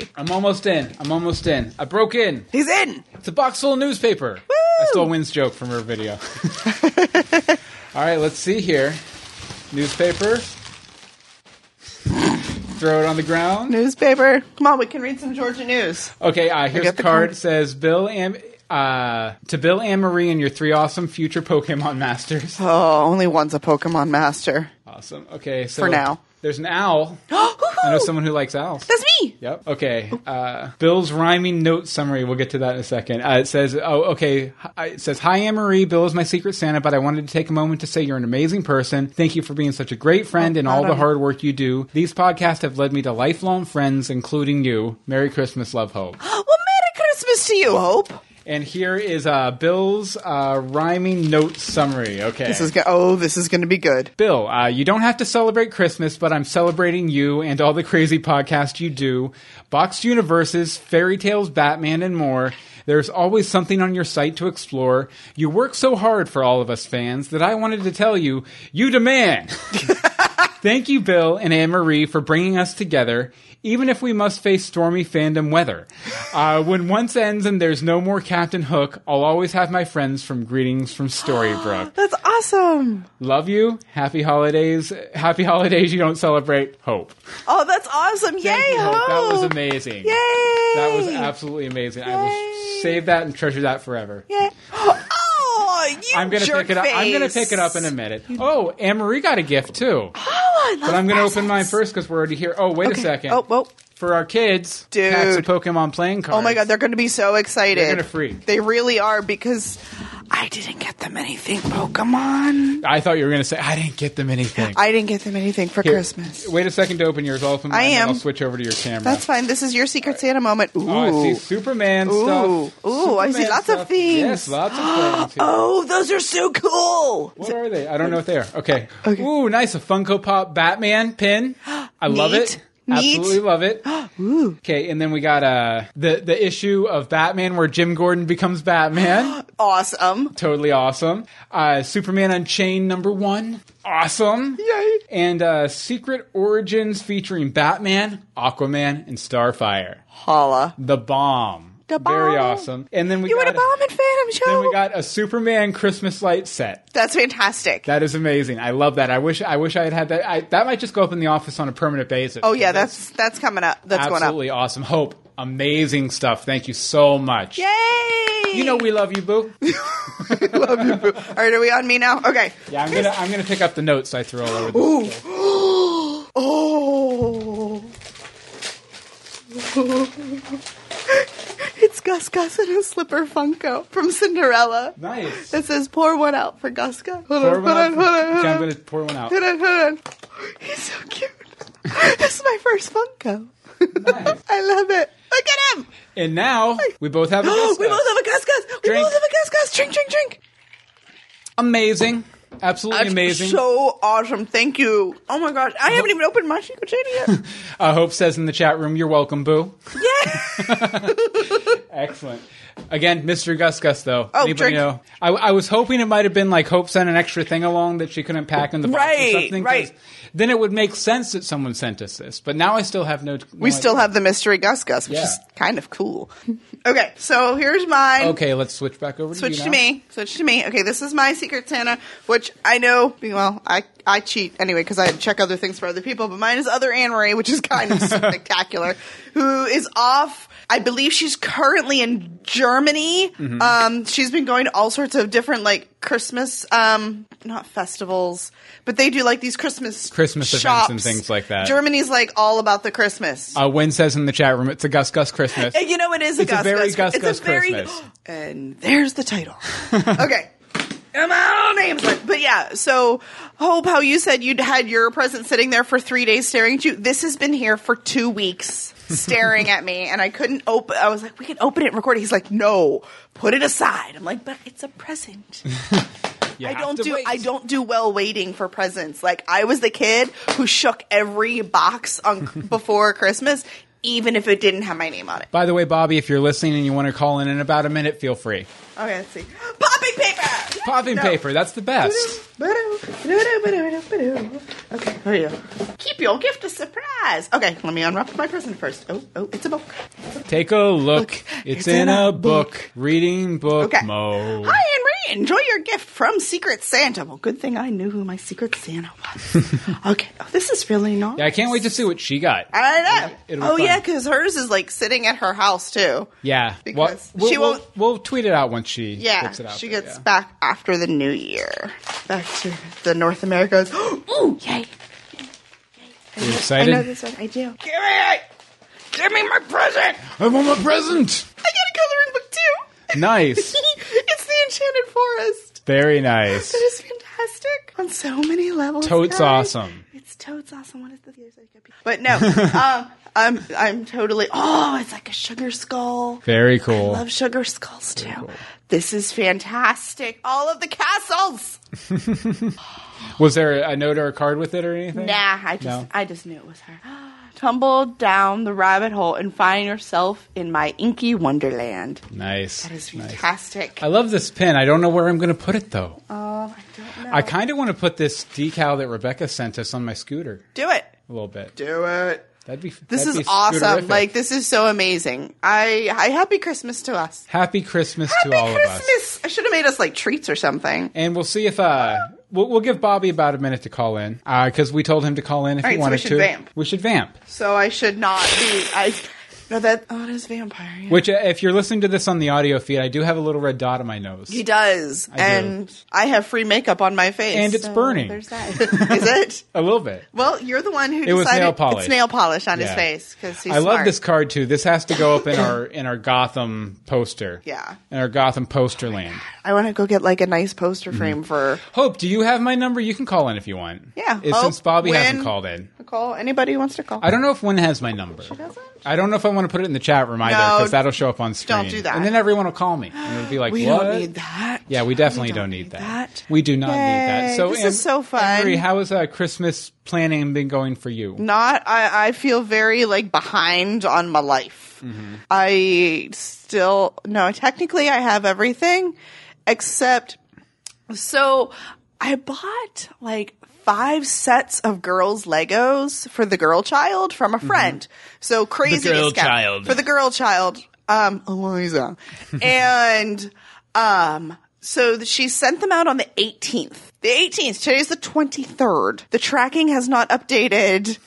Speaker 2: see."
Speaker 1: I'm almost in. I'm almost in. I broke in.
Speaker 2: He's in.
Speaker 1: It's a box full of newspaper. I stole Wynn's joke from her video. All right, let's see here. Newspaper. Throw it on the ground.
Speaker 2: Newspaper. Come on, we can read some Georgia news.
Speaker 1: Okay, uh, here's
Speaker 2: got
Speaker 1: the,
Speaker 2: the
Speaker 1: card.
Speaker 2: card.
Speaker 1: It says Bill and uh, to Bill and Marie and your three awesome future Pokemon masters.
Speaker 2: Oh, only one's a Pokemon master.
Speaker 1: Awesome. Okay, so
Speaker 2: For now.
Speaker 1: there's an owl. I know someone who likes Alf.
Speaker 2: That's me.
Speaker 1: Yep. Okay. Uh, Bill's rhyming note summary. We'll get to that in a second. Uh, it says, "Oh, okay." Hi- It says, "Hi, Anne Marie. Bill is my secret Santa, but I wanted to take a moment to say you're an amazing person. Thank you for being such a great friend and all the hard work you do. These podcasts have led me to lifelong friends, including you. Merry Christmas, love, hope."
Speaker 2: Well, Merry Christmas to you, Hope.
Speaker 1: And here is uh, Bill's uh, rhyming note summary. Okay.
Speaker 2: This is go- oh, this is going to be good.
Speaker 1: Bill, uh, you don't have to celebrate Christmas, but I'm celebrating you and all the crazy podcasts you do. Boxed universes, fairy tales, Batman, and more. There's always something on your site to explore. You work so hard for all of us fans that I wanted to tell you, you demand. Thank you, Bill and Anne Marie, for bringing us together, even if we must face stormy fandom weather. Uh, when once ends and there's no more Captain Hook, I'll always have my friends from Greetings from Storybrooke.
Speaker 2: That's awesome.
Speaker 1: Love you. Happy holidays. Happy holidays you don't celebrate. Hope.
Speaker 2: Oh, that's awesome.
Speaker 1: Thank
Speaker 2: Yay,
Speaker 1: you,
Speaker 2: Hope.
Speaker 1: That was amazing.
Speaker 2: Yay.
Speaker 1: That was absolutely amazing. I will
Speaker 2: Yay.
Speaker 1: save that and treasure that forever.
Speaker 2: Yay. Oh, you
Speaker 1: I'm gonna
Speaker 2: jerk
Speaker 1: pick it up. I'm gonna
Speaker 2: face.
Speaker 1: pick it up in a minute. Oh, Anne Marie got a gift too.
Speaker 2: Oh, I love
Speaker 1: But I'm going to open
Speaker 2: presents.
Speaker 1: mine first because we're already here. Oh, wait
Speaker 2: Okay.
Speaker 1: a second.
Speaker 2: Oh, whoa.
Speaker 1: For our kids,
Speaker 2: Dude.
Speaker 1: packs of Pokemon playing cards.
Speaker 2: Oh my god, they're going to be so excited.
Speaker 1: They're gonna freak.
Speaker 2: They really are because I didn't get them anything Pokemon.
Speaker 1: I thought you were going to say, I didn't get them anything.
Speaker 2: I didn't get them anything for
Speaker 1: Here,
Speaker 2: Christmas.
Speaker 1: Wait a second to open yours. I'll open mine
Speaker 2: I
Speaker 1: and
Speaker 2: am.
Speaker 1: I'll switch over to your camera.
Speaker 2: That's fine. This is your Secret Santa moment. Ooh.
Speaker 1: Oh, I see Superman
Speaker 2: Ooh.
Speaker 1: stuff.
Speaker 2: Ooh, I see
Speaker 1: Superman
Speaker 2: lots of
Speaker 1: stuff.
Speaker 2: things.
Speaker 1: Yes, lots of things. here.
Speaker 2: Oh, those are so cool.
Speaker 1: What are they? I don't know what they are. Okay.
Speaker 2: Okay.
Speaker 1: Ooh, nice. A Funko Pop Batman pin. I love it.
Speaker 2: Neat. Neat.
Speaker 1: Absolutely love it. Okay, and then we got uh, the the issue of Batman where Jim Gordon becomes Batman.
Speaker 2: Awesome.
Speaker 1: totally awesome. Uh, Superman Unchained number one, awesome.
Speaker 2: Yay.
Speaker 1: And uh, Secret Origins featuring Batman, Aquaman, and Starfire.
Speaker 2: Holla.
Speaker 1: The bomb.
Speaker 2: The
Speaker 1: Very
Speaker 2: bomb.
Speaker 1: awesome. And then we
Speaker 2: You
Speaker 1: got
Speaker 2: were a bomb and Phantom show.
Speaker 1: then we got a Superman Christmas light set.
Speaker 2: That's fantastic.
Speaker 1: That is amazing. I love that. I wish I wish I had had that. I, that might just go up in the office on a permanent basis.
Speaker 2: oh yeah, that's that's coming up. That's going up.
Speaker 1: absolutely awesome. Hope, amazing stuff. Thank you so much.
Speaker 2: Yay!
Speaker 1: You know we love you, boo.
Speaker 2: All right, are we on me now? Okay.
Speaker 1: Yeah, I'm gonna I'm gonna pick up the notes I threw all over. The
Speaker 2: Ooh. oh. it's Gus Gus and his slipper Funko from Cinderella.
Speaker 1: Nice.
Speaker 2: It says pour one out for Gus Gus. Hold
Speaker 1: Pour one
Speaker 2: on, hold on,
Speaker 1: out.
Speaker 2: hold on, hold
Speaker 1: Okay, I'm
Speaker 2: on.
Speaker 1: gonna pour one out.
Speaker 2: Hold on, hold on. He's so cute. this is my first Funko.
Speaker 1: Nice.
Speaker 2: I love it. Look at him.
Speaker 1: And now we both have a guest.
Speaker 2: we both have a Gus Gus. We
Speaker 1: Drink.
Speaker 2: both have a Gus Gus. Drink, drink, drink.
Speaker 1: amazing, absolutely amazing.
Speaker 2: So awesome. Thank you. Oh my gosh. I haven't even opened my Chico Chady yet.
Speaker 1: uh, Hope says in the chat room, "You're welcome, boo."
Speaker 2: yeah.
Speaker 1: Excellent. Again, Mr. Gus Gus, though.
Speaker 2: Oh,
Speaker 1: Anybody
Speaker 2: drink.
Speaker 1: know? I, I was hoping it might have been like Hope sent an extra thing along that she couldn't pack in the box
Speaker 2: Right,
Speaker 1: or something. 'cause
Speaker 2: right.
Speaker 1: Then it would make sense that someone sent us this. But now I still have no.
Speaker 2: We still have the mystery Gus Gus, which
Speaker 1: Yeah.
Speaker 2: is kind of cool. Okay, so here's mine.
Speaker 1: Okay, let's switch back over.
Speaker 2: Switch
Speaker 1: to, you
Speaker 2: to
Speaker 1: now.
Speaker 2: me. Switch to me. Okay, this is my Secret Santa, which I know, well, I, I cheat anyway because I check other things for other people, but mine is Other Anne Marie, which is kind of spectacular, who is off. I believe she's currently in Germany.
Speaker 1: Mm-hmm.
Speaker 2: Um, she's been going to all sorts of different, like, Christmas, um, not festivals, but they do, like, these Christmas
Speaker 1: Christmas events
Speaker 2: shops.
Speaker 1: and things like that.
Speaker 2: Germany's, like, all about the Christmas.
Speaker 1: Uh, Wynn says in the chat room, "It's a Gus Gus Christmas."
Speaker 2: And you know it is a
Speaker 1: It's a
Speaker 2: Gus
Speaker 1: very
Speaker 2: Gus.
Speaker 1: Gus
Speaker 2: it's
Speaker 1: Gus
Speaker 2: a very,
Speaker 1: Christmas.
Speaker 2: And there's the title. okay. I'm out of names, but- but yeah. So, Hope, how you said you'd had your present sitting there for three days staring at you. This has been here for two weeks staring at me, and I couldn't open. I was like, "We can open it and record it." He's like, "No, put it aside." I'm like, "But it's a present."
Speaker 1: You
Speaker 2: I
Speaker 1: have
Speaker 2: don't
Speaker 1: to
Speaker 2: do
Speaker 1: wait.
Speaker 2: I don't do well waiting for presents. Like I was the kid who shook every box on before Christmas, even if it didn't have my name on it.
Speaker 1: By the way, Bobby, if you're listening and you want to call in in about a minute, feel free.
Speaker 2: Okay, let's see. Popping paper.
Speaker 1: Popping
Speaker 2: No.
Speaker 1: paper, that's the best.
Speaker 2: Okay, here you go. Keep your gift a surprise. Okay, let me unwrap my present first. Oh, oh, it's a book.
Speaker 1: Take a look.
Speaker 2: Look,
Speaker 1: It's, in, a book. Reading book
Speaker 2: Okay.
Speaker 1: mode.
Speaker 2: Hi, Anne Marie. Enjoy your gift from Secret Santa. Well, good thing I knew who my Secret Santa was. okay, oh, this is really nice.
Speaker 1: Yeah, I can't wait to see what she got.
Speaker 2: I know.
Speaker 1: It'll be
Speaker 2: Oh
Speaker 1: fun.
Speaker 2: yeah, because hers is like sitting at her house too.
Speaker 1: Yeah.
Speaker 2: Because she
Speaker 1: we'll,
Speaker 2: won't-
Speaker 1: We'll, we'll tweet it out once she
Speaker 2: Yeah,
Speaker 1: gets it out.
Speaker 2: she
Speaker 1: there,
Speaker 2: gets
Speaker 1: yeah.
Speaker 2: back after the Oh, new year. Back to the North Americas. Ooh, yay!
Speaker 1: you excited?
Speaker 2: I know this one. I do.
Speaker 7: Give me it! Give me my present!
Speaker 1: I want my present.
Speaker 2: I got a coloring book too.
Speaker 1: Nice.
Speaker 2: it's the Enchanted Forest.
Speaker 1: Very nice.
Speaker 2: It is fantastic on so many levels.
Speaker 1: Totes
Speaker 2: guys.
Speaker 1: awesome.
Speaker 2: It's totes awesome. What is the other side? But no, um, I'm I'm totally. Oh, it's like a sugar skull.
Speaker 1: Very cool.
Speaker 2: I love sugar skulls too. This is fantastic. All of the castles.
Speaker 1: Was there a note or a card with it or anything?
Speaker 2: Nah, I just
Speaker 1: No.
Speaker 2: I just knew it was her. Tumble down the rabbit hole and find yourself in my inky wonderland.
Speaker 1: Nice.
Speaker 2: That is
Speaker 1: Mm, nice.
Speaker 2: fantastic.
Speaker 1: I love this pin. I don't know where I'm going to put it though.
Speaker 2: Oh, I don't know.
Speaker 1: I kind of want to put this decal that Rebecca sent us on my scooter
Speaker 2: Do it.
Speaker 1: a little bit.
Speaker 2: Do it.
Speaker 1: That'd be
Speaker 2: This
Speaker 1: that'd
Speaker 2: is
Speaker 1: be
Speaker 2: awesome.
Speaker 1: scooterific.
Speaker 2: Like this is so amazing. I I happy Christmas to us.
Speaker 1: happy Christmas
Speaker 2: Happy
Speaker 1: to all of us.
Speaker 2: Christmas. I should have made us like treats or something.
Speaker 1: And we'll see if uh, we'll, we'll give Bobby about a minute to call in because we told him to call in if
Speaker 2: All
Speaker 1: he
Speaker 2: right, so we
Speaker 1: wanted
Speaker 2: should
Speaker 1: to.
Speaker 2: vamp.
Speaker 1: We should vamp.
Speaker 2: So I should not be I No that oh it is vampire. yeah.
Speaker 1: Which, uh, if you're listening to this on the audio feed, I do have a little red dot on my nose.
Speaker 2: He does.
Speaker 1: do.
Speaker 2: and I have free makeup on my face.
Speaker 1: And it's
Speaker 2: so
Speaker 1: burning.
Speaker 2: There's that. is it?
Speaker 1: A little bit.
Speaker 2: Well, you're the one who
Speaker 1: It was
Speaker 2: decided
Speaker 1: nail polish.
Speaker 2: it's nail polish on his
Speaker 1: Yeah.
Speaker 2: face because he's
Speaker 1: I love
Speaker 2: smart.
Speaker 1: this card too. This has to go up in our in our Gotham poster.
Speaker 2: Yeah. Oh
Speaker 1: In our Gotham poster land.
Speaker 2: I want to go get like a nice poster
Speaker 1: Mm-hmm.
Speaker 2: frame for
Speaker 1: Hope, do you have my number? You can call in if you want.
Speaker 2: Yeah,
Speaker 1: It's
Speaker 2: Hope,
Speaker 1: since Bobby
Speaker 2: Wynn.
Speaker 1: hasn't called in.
Speaker 2: Nicole. Anybody who wants to call?
Speaker 1: I don't know if one has my number.
Speaker 2: doesn't?
Speaker 1: I don't know if I want to put it in the chat room either
Speaker 2: No,
Speaker 1: because that'll show up on screen.
Speaker 2: do that.
Speaker 1: And then everyone will call me and it'll be like,
Speaker 2: we
Speaker 1: "What?"
Speaker 2: don't need that.
Speaker 1: Yeah, we definitely don't, need, that. We do not need that.
Speaker 2: Yay,
Speaker 1: So
Speaker 2: this
Speaker 1: Anne-
Speaker 2: is so fun.
Speaker 1: Anne-Marie, how has uh, Christmas planning been going for you?
Speaker 2: Not. I. I feel very like behind on my life.
Speaker 1: Mm-hmm.
Speaker 2: I still no. Technically, I have everything except. So, I bought like five sets of girls Legos for the girl child from a friend. So crazy
Speaker 1: Mm-hmm. girl
Speaker 2: discount
Speaker 1: child.
Speaker 2: for the girl child, um, Eliza, and um, so she sent them out on the 18th. The 18th. Today's the 23rd. The tracking has not updated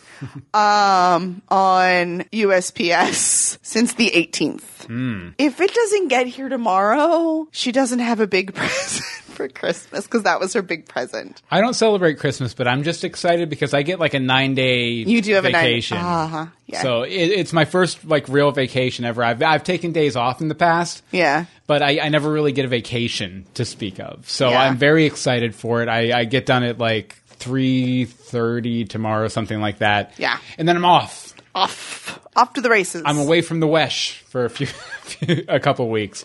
Speaker 2: um on USPS since the 18th.
Speaker 1: Hmm.
Speaker 2: If it doesn't get here tomorrow, she doesn't have a big present for Christmas because that was her big present.
Speaker 1: I don't celebrate Christmas, but I'm just excited because I get like a nine day
Speaker 2: You do have a nine-
Speaker 1: vacation.
Speaker 2: Uh-huh, yeah.
Speaker 1: So it, it's my first like real vacation ever. I've I've taken days off in the past.
Speaker 2: Yeah.
Speaker 1: But I, I never really get a vacation to speak of. So
Speaker 2: Yeah.
Speaker 1: I'm very excited for it. I, I get done at like three thirty tomorrow, something like that.
Speaker 2: Yeah.
Speaker 1: And then I'm off.
Speaker 2: Off, off to the races.
Speaker 1: I'm away from the Wesh for a few, few a couple weeks.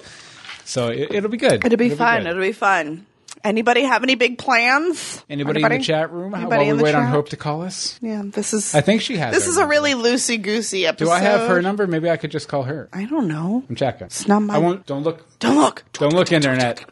Speaker 1: So it, it'll be good.
Speaker 2: It'll be fun.
Speaker 1: good.
Speaker 2: It'll be fun. Anybody have any big plans?
Speaker 1: Anybody, in the chat room
Speaker 2: Anybody
Speaker 1: while we
Speaker 2: in the
Speaker 1: wait on
Speaker 2: chat?
Speaker 1: Hope to call us?
Speaker 2: Yeah, this is.
Speaker 1: I think she has.
Speaker 2: this
Speaker 1: her
Speaker 2: is a
Speaker 1: number.
Speaker 2: really loosey goosey episode.
Speaker 1: Do I have her number? Maybe I could just call her.
Speaker 2: I don't know.
Speaker 1: I'm checking. It's
Speaker 2: not my-
Speaker 1: I won't. Don't look.
Speaker 2: Don't look.
Speaker 1: Don't look, internet.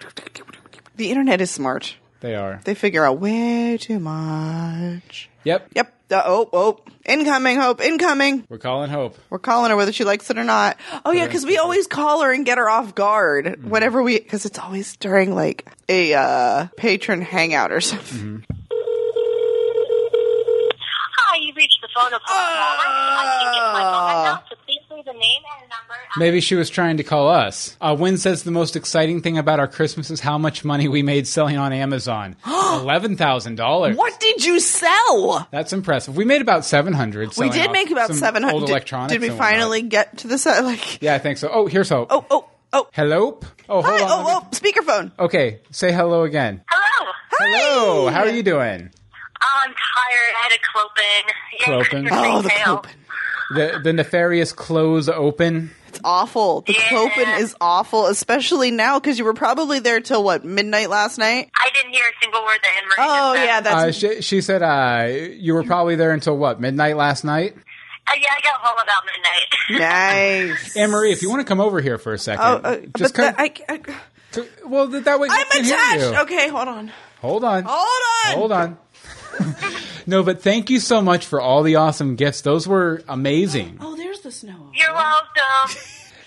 Speaker 2: The internet is smart.
Speaker 1: They are.
Speaker 2: They figure out way too much.
Speaker 1: Yep.
Speaker 2: Yep. Uh, oh, oh. Incoming, Hope. Incoming.
Speaker 1: We're calling Hope.
Speaker 2: We're calling her whether she likes it or not. Oh, yeah, Mm-hmm. because we always call her and get her off guard whenever we, because it's always during like a uh, patron hangout or something.
Speaker 8: Hi, you've reached the phone of Hope Caller. I can't get my phone right now, so please leave a name and number. Um,
Speaker 1: Maybe she was trying to call us. Uh, Wynn says the most exciting thing about our Christmas is how much money we made selling on Amazon. Eleven thousand dollars.
Speaker 2: Mm-hmm. What did you sell?
Speaker 1: That's impressive. We made about seven hundred.
Speaker 2: We did make about seven hundred.
Speaker 1: old electronics.
Speaker 2: Did, we
Speaker 1: and whatnot.
Speaker 2: finally get to the set? Like,
Speaker 1: Yeah, I think so. Oh, here's Hope.
Speaker 2: oh, oh, oh,
Speaker 1: Hello. Oh, hold
Speaker 2: hi,
Speaker 1: on. let me-
Speaker 2: oh, oh, speakerphone.
Speaker 1: Okay, say hello again.
Speaker 8: Hello.
Speaker 1: Hello. How are you doing?
Speaker 8: I'm tired. I had a clopin. Yay,
Speaker 1: Clopin.
Speaker 8: Christmas
Speaker 2: Oh, the
Speaker 8: sale.
Speaker 2: clopin.
Speaker 1: The the nefarious close open.
Speaker 2: It's awful. The
Speaker 8: Yeah.
Speaker 2: clopin is awful, especially now because you were probably there till what midnight last night.
Speaker 8: I didn't hear a single word that Anne-Marie
Speaker 2: Oh
Speaker 8: just said.
Speaker 2: yeah,
Speaker 1: Uh,
Speaker 2: that's
Speaker 1: she, she said uh, you were probably there until what midnight last night.
Speaker 8: Uh, yeah, I got home about midnight.
Speaker 2: nice.
Speaker 1: Anne Marie, if you want to come over here for a second,
Speaker 2: Oh, uh, but
Speaker 1: just come.
Speaker 2: the, I, I,
Speaker 1: c- well, th- that way we
Speaker 2: I'm
Speaker 1: can hear you.
Speaker 2: attached. Okay, hold on.
Speaker 1: Hold on,
Speaker 2: Hold on.
Speaker 1: hold on. no, but thank you so much for all the awesome gifts. Those were amazing.
Speaker 2: Oh, there's the snow.
Speaker 8: You're welcome.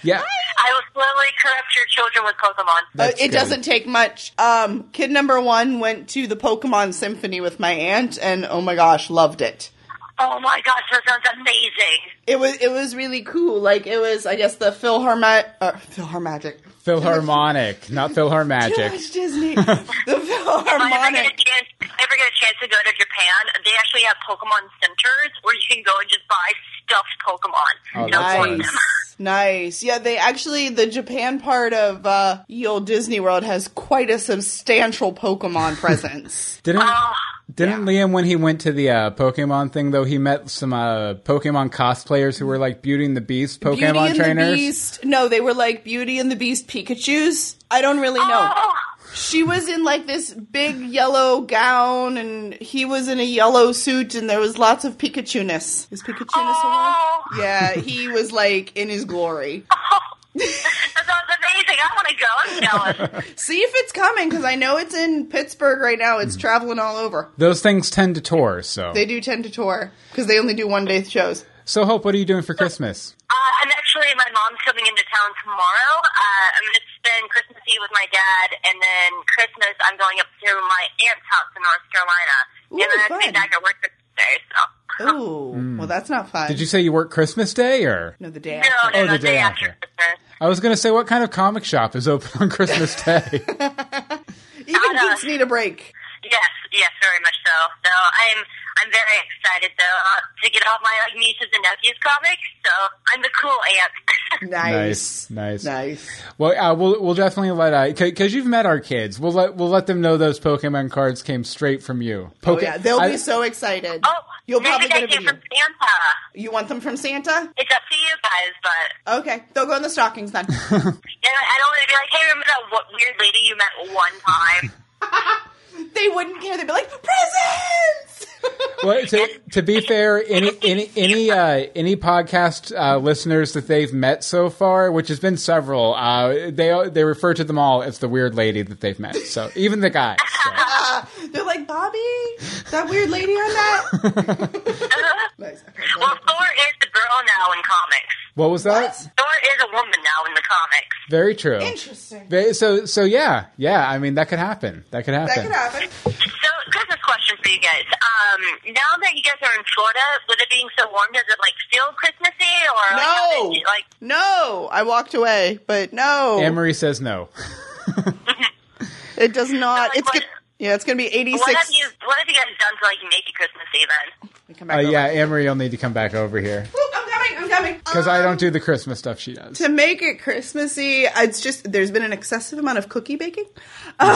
Speaker 1: Yeah,
Speaker 8: I will slowly corrupt your children with Pokemon.
Speaker 2: Uh,
Speaker 1: That's
Speaker 2: it
Speaker 1: good.
Speaker 2: doesn't take much. Um, kid number one went to the Pokemon Symphony with my aunt, and oh my gosh, loved it.
Speaker 8: Oh my gosh, that sounds amazing.
Speaker 2: It was it was really cool. Like it was, I guess the Philharma uh, Philharmagic.
Speaker 1: Philharmonic, not
Speaker 2: Too
Speaker 1: Philharmagic.
Speaker 2: much Disney. the
Speaker 8: If I ever get
Speaker 2: Philharmonic.
Speaker 8: a chance, if I ever get a chance to go to Japan, they actually have at Pokemon centers where you can go and just buy stuffed Pokemon.
Speaker 1: Oh,
Speaker 8: They'll
Speaker 1: that's
Speaker 8: put
Speaker 1: nice.
Speaker 8: them-
Speaker 2: Nice. Yeah, they actually the Japan part of uh ye olde Disney World has quite a substantial Pokemon presence.
Speaker 1: Didn't
Speaker 8: Ah.
Speaker 1: didn't Liam when he went to the uh, Pokemon thing though he met some uh, Pokemon cosplayers who were like Beauty and the Beast Pokemon
Speaker 2: Beauty and
Speaker 1: trainers.
Speaker 2: the Beast. No, they were like Beauty and the Beast Pikachu's. I don't really know.
Speaker 8: Oh,
Speaker 2: She was in like this big yellow gown and he was in a yellow suit and there was lots of Pikachu-ness. Is Pikachu-ness alive?
Speaker 8: oh,
Speaker 2: Yeah, he was like in his glory.
Speaker 8: that sounds amazing. I want to go. I'm jealous.
Speaker 2: See if it's coming because I know it's in Pittsburgh right now. It's traveling all over.
Speaker 1: Those things tend to tour. So,
Speaker 2: They do tend to tour because they only do one day shows.
Speaker 1: so Hope, what are you doing for Christmas?
Speaker 8: Uh, I'm actually, my mom's coming into town tomorrow. Uh, I'm going to spend Christmas Eve with my dad, and then Christmas, I'm going up to my aunt's house in North Carolina. and then
Speaker 2: Ooh,
Speaker 8: I have to be
Speaker 2: fun.
Speaker 8: back at work Thursday, so.
Speaker 2: Oh, well, that's not fun.
Speaker 1: Hmm. Did you say you work Christmas Day or?
Speaker 2: No, the day
Speaker 8: No,
Speaker 2: after.
Speaker 8: no,
Speaker 1: Oh, the
Speaker 8: no,
Speaker 1: day after.
Speaker 8: Christmas.
Speaker 1: I was going to say what kind of comic shop is open on Christmas Day?
Speaker 2: Even
Speaker 8: Anna.
Speaker 2: geeks need a break.
Speaker 8: Yes, yes, very much so. So I'm, I'm very excited though uh, to get all my like nieces and nephews comics. So I'm the cool aunt.
Speaker 1: nice, nice.
Speaker 2: Nice.
Speaker 1: Well, uh, we'll we'll definitely let because you've met our kids. We'll let we'll let them know those Pokemon cards came straight from you.
Speaker 2: Oh,
Speaker 1: Poke-
Speaker 2: yeah. They'll
Speaker 1: I-
Speaker 2: be so excited.
Speaker 8: oh,
Speaker 2: You'll probably
Speaker 8: maybe
Speaker 2: get a
Speaker 8: I came
Speaker 2: video.
Speaker 8: from Santa.
Speaker 2: You want them from Santa?
Speaker 8: It's up to you guys, but
Speaker 2: Okay. They'll go in the stockings then.
Speaker 8: you know, I don't want to be like, hey, remember that what weird lady you met one time?
Speaker 2: they wouldn't care. They'd be like, presents!
Speaker 1: Well, to, to be fair, any any any uh, any podcast uh, listeners that they've met so far, which has been several, uh, they they refer to them all as the weird lady that they've met. So even the guys. so.
Speaker 2: They're like, Bobby, that weird lady on that? nice. Okay, go
Speaker 8: Uh-huh. well,
Speaker 2: ahead.
Speaker 8: Thor is the girl now in comics.
Speaker 1: What was that?
Speaker 2: What?
Speaker 8: Thor is a woman now in the comics.
Speaker 1: Very true.
Speaker 2: Interesting.
Speaker 1: Very- So so yeah yeah. I mean that could happen. That could happen.
Speaker 2: That could happen.
Speaker 8: So, Christmas question for you guys. Um, now that you guys are in Florida, with it being so warm, does it like feel Christmassy or like, how
Speaker 2: No.
Speaker 8: does it- like
Speaker 2: No. I walked away, but no.
Speaker 1: Anne Marie says no.
Speaker 2: It does not.
Speaker 8: like
Speaker 2: it's
Speaker 8: what-
Speaker 2: good. Yeah, it's going to be 86.
Speaker 8: what have you what have you guys done to like make it Christmassy then?
Speaker 2: We come
Speaker 1: Uh,
Speaker 2: back over.
Speaker 1: yeah, Anne Marie, you'll need to come back over here
Speaker 2: Ooh, I'm coming. I'm coming.
Speaker 1: because I
Speaker 2: Um,
Speaker 1: don't do the Christmas stuff she does.
Speaker 2: to make it Christmassy, it's just there's been an excessive amount of cookie baking. Uh,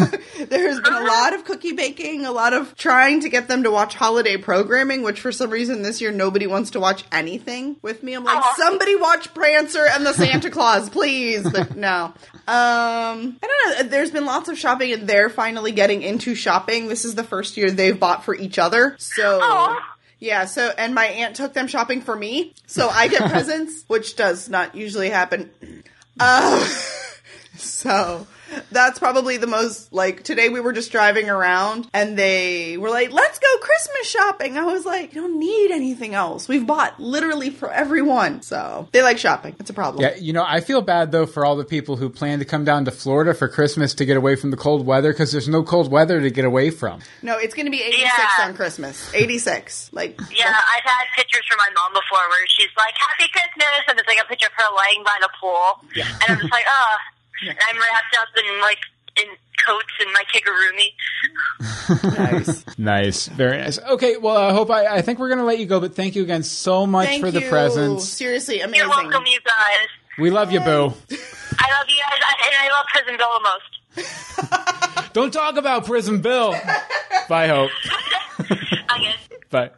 Speaker 2: there has been a lot of cookie baking, a lot of trying to get them to watch holiday programming, which for some reason this year nobody wants to watch anything with me. I'm like,
Speaker 8: Aw.
Speaker 2: somebody watch Prancer and the Santa Claus, please. But no, um, I don't know. There's been lots of shopping, and they're finally getting into shopping. This is the first year they've bought for each other, so.
Speaker 8: Aw.
Speaker 2: Yeah, so and my aunt took them shopping for me, so I get presents, which does not usually happen. Uh, so that's probably the most like today we were just driving around and they were like, "Let's go Christmas shopping." I was like, "You don't need anything else. We've bought literally for everyone." So they like shopping. It's a problem.
Speaker 1: Yeah, you know, I feel bad though for all the people who plan to come down to Florida for Christmas to get away from the cold weather because there's no cold weather to get away from.
Speaker 2: No, it's going to be 86
Speaker 8: Yeah.
Speaker 2: on Christmas. 86. Like
Speaker 8: Yeah, I've had pictures from my mom before where she's like, Happy Christmas and it's like a picture of her laying by the pool. Yeah. And I'm just like, Oh and I'm wrapped up in like in coats and my kigurumi.
Speaker 2: nice.
Speaker 1: Nice, very nice. Okay, well, I hope I, I think we're going to let you go, but thank you again so much
Speaker 2: Thank
Speaker 1: for the
Speaker 2: you.
Speaker 1: presents.
Speaker 2: Seriously, amazing.
Speaker 8: You're welcome you guys.
Speaker 1: We love you, Boo.
Speaker 8: I love you guys I- and I love Prison Bill the most.
Speaker 1: Don't talk about Prison Bill. Bye, Hope.
Speaker 8: I guess.
Speaker 1: Bye.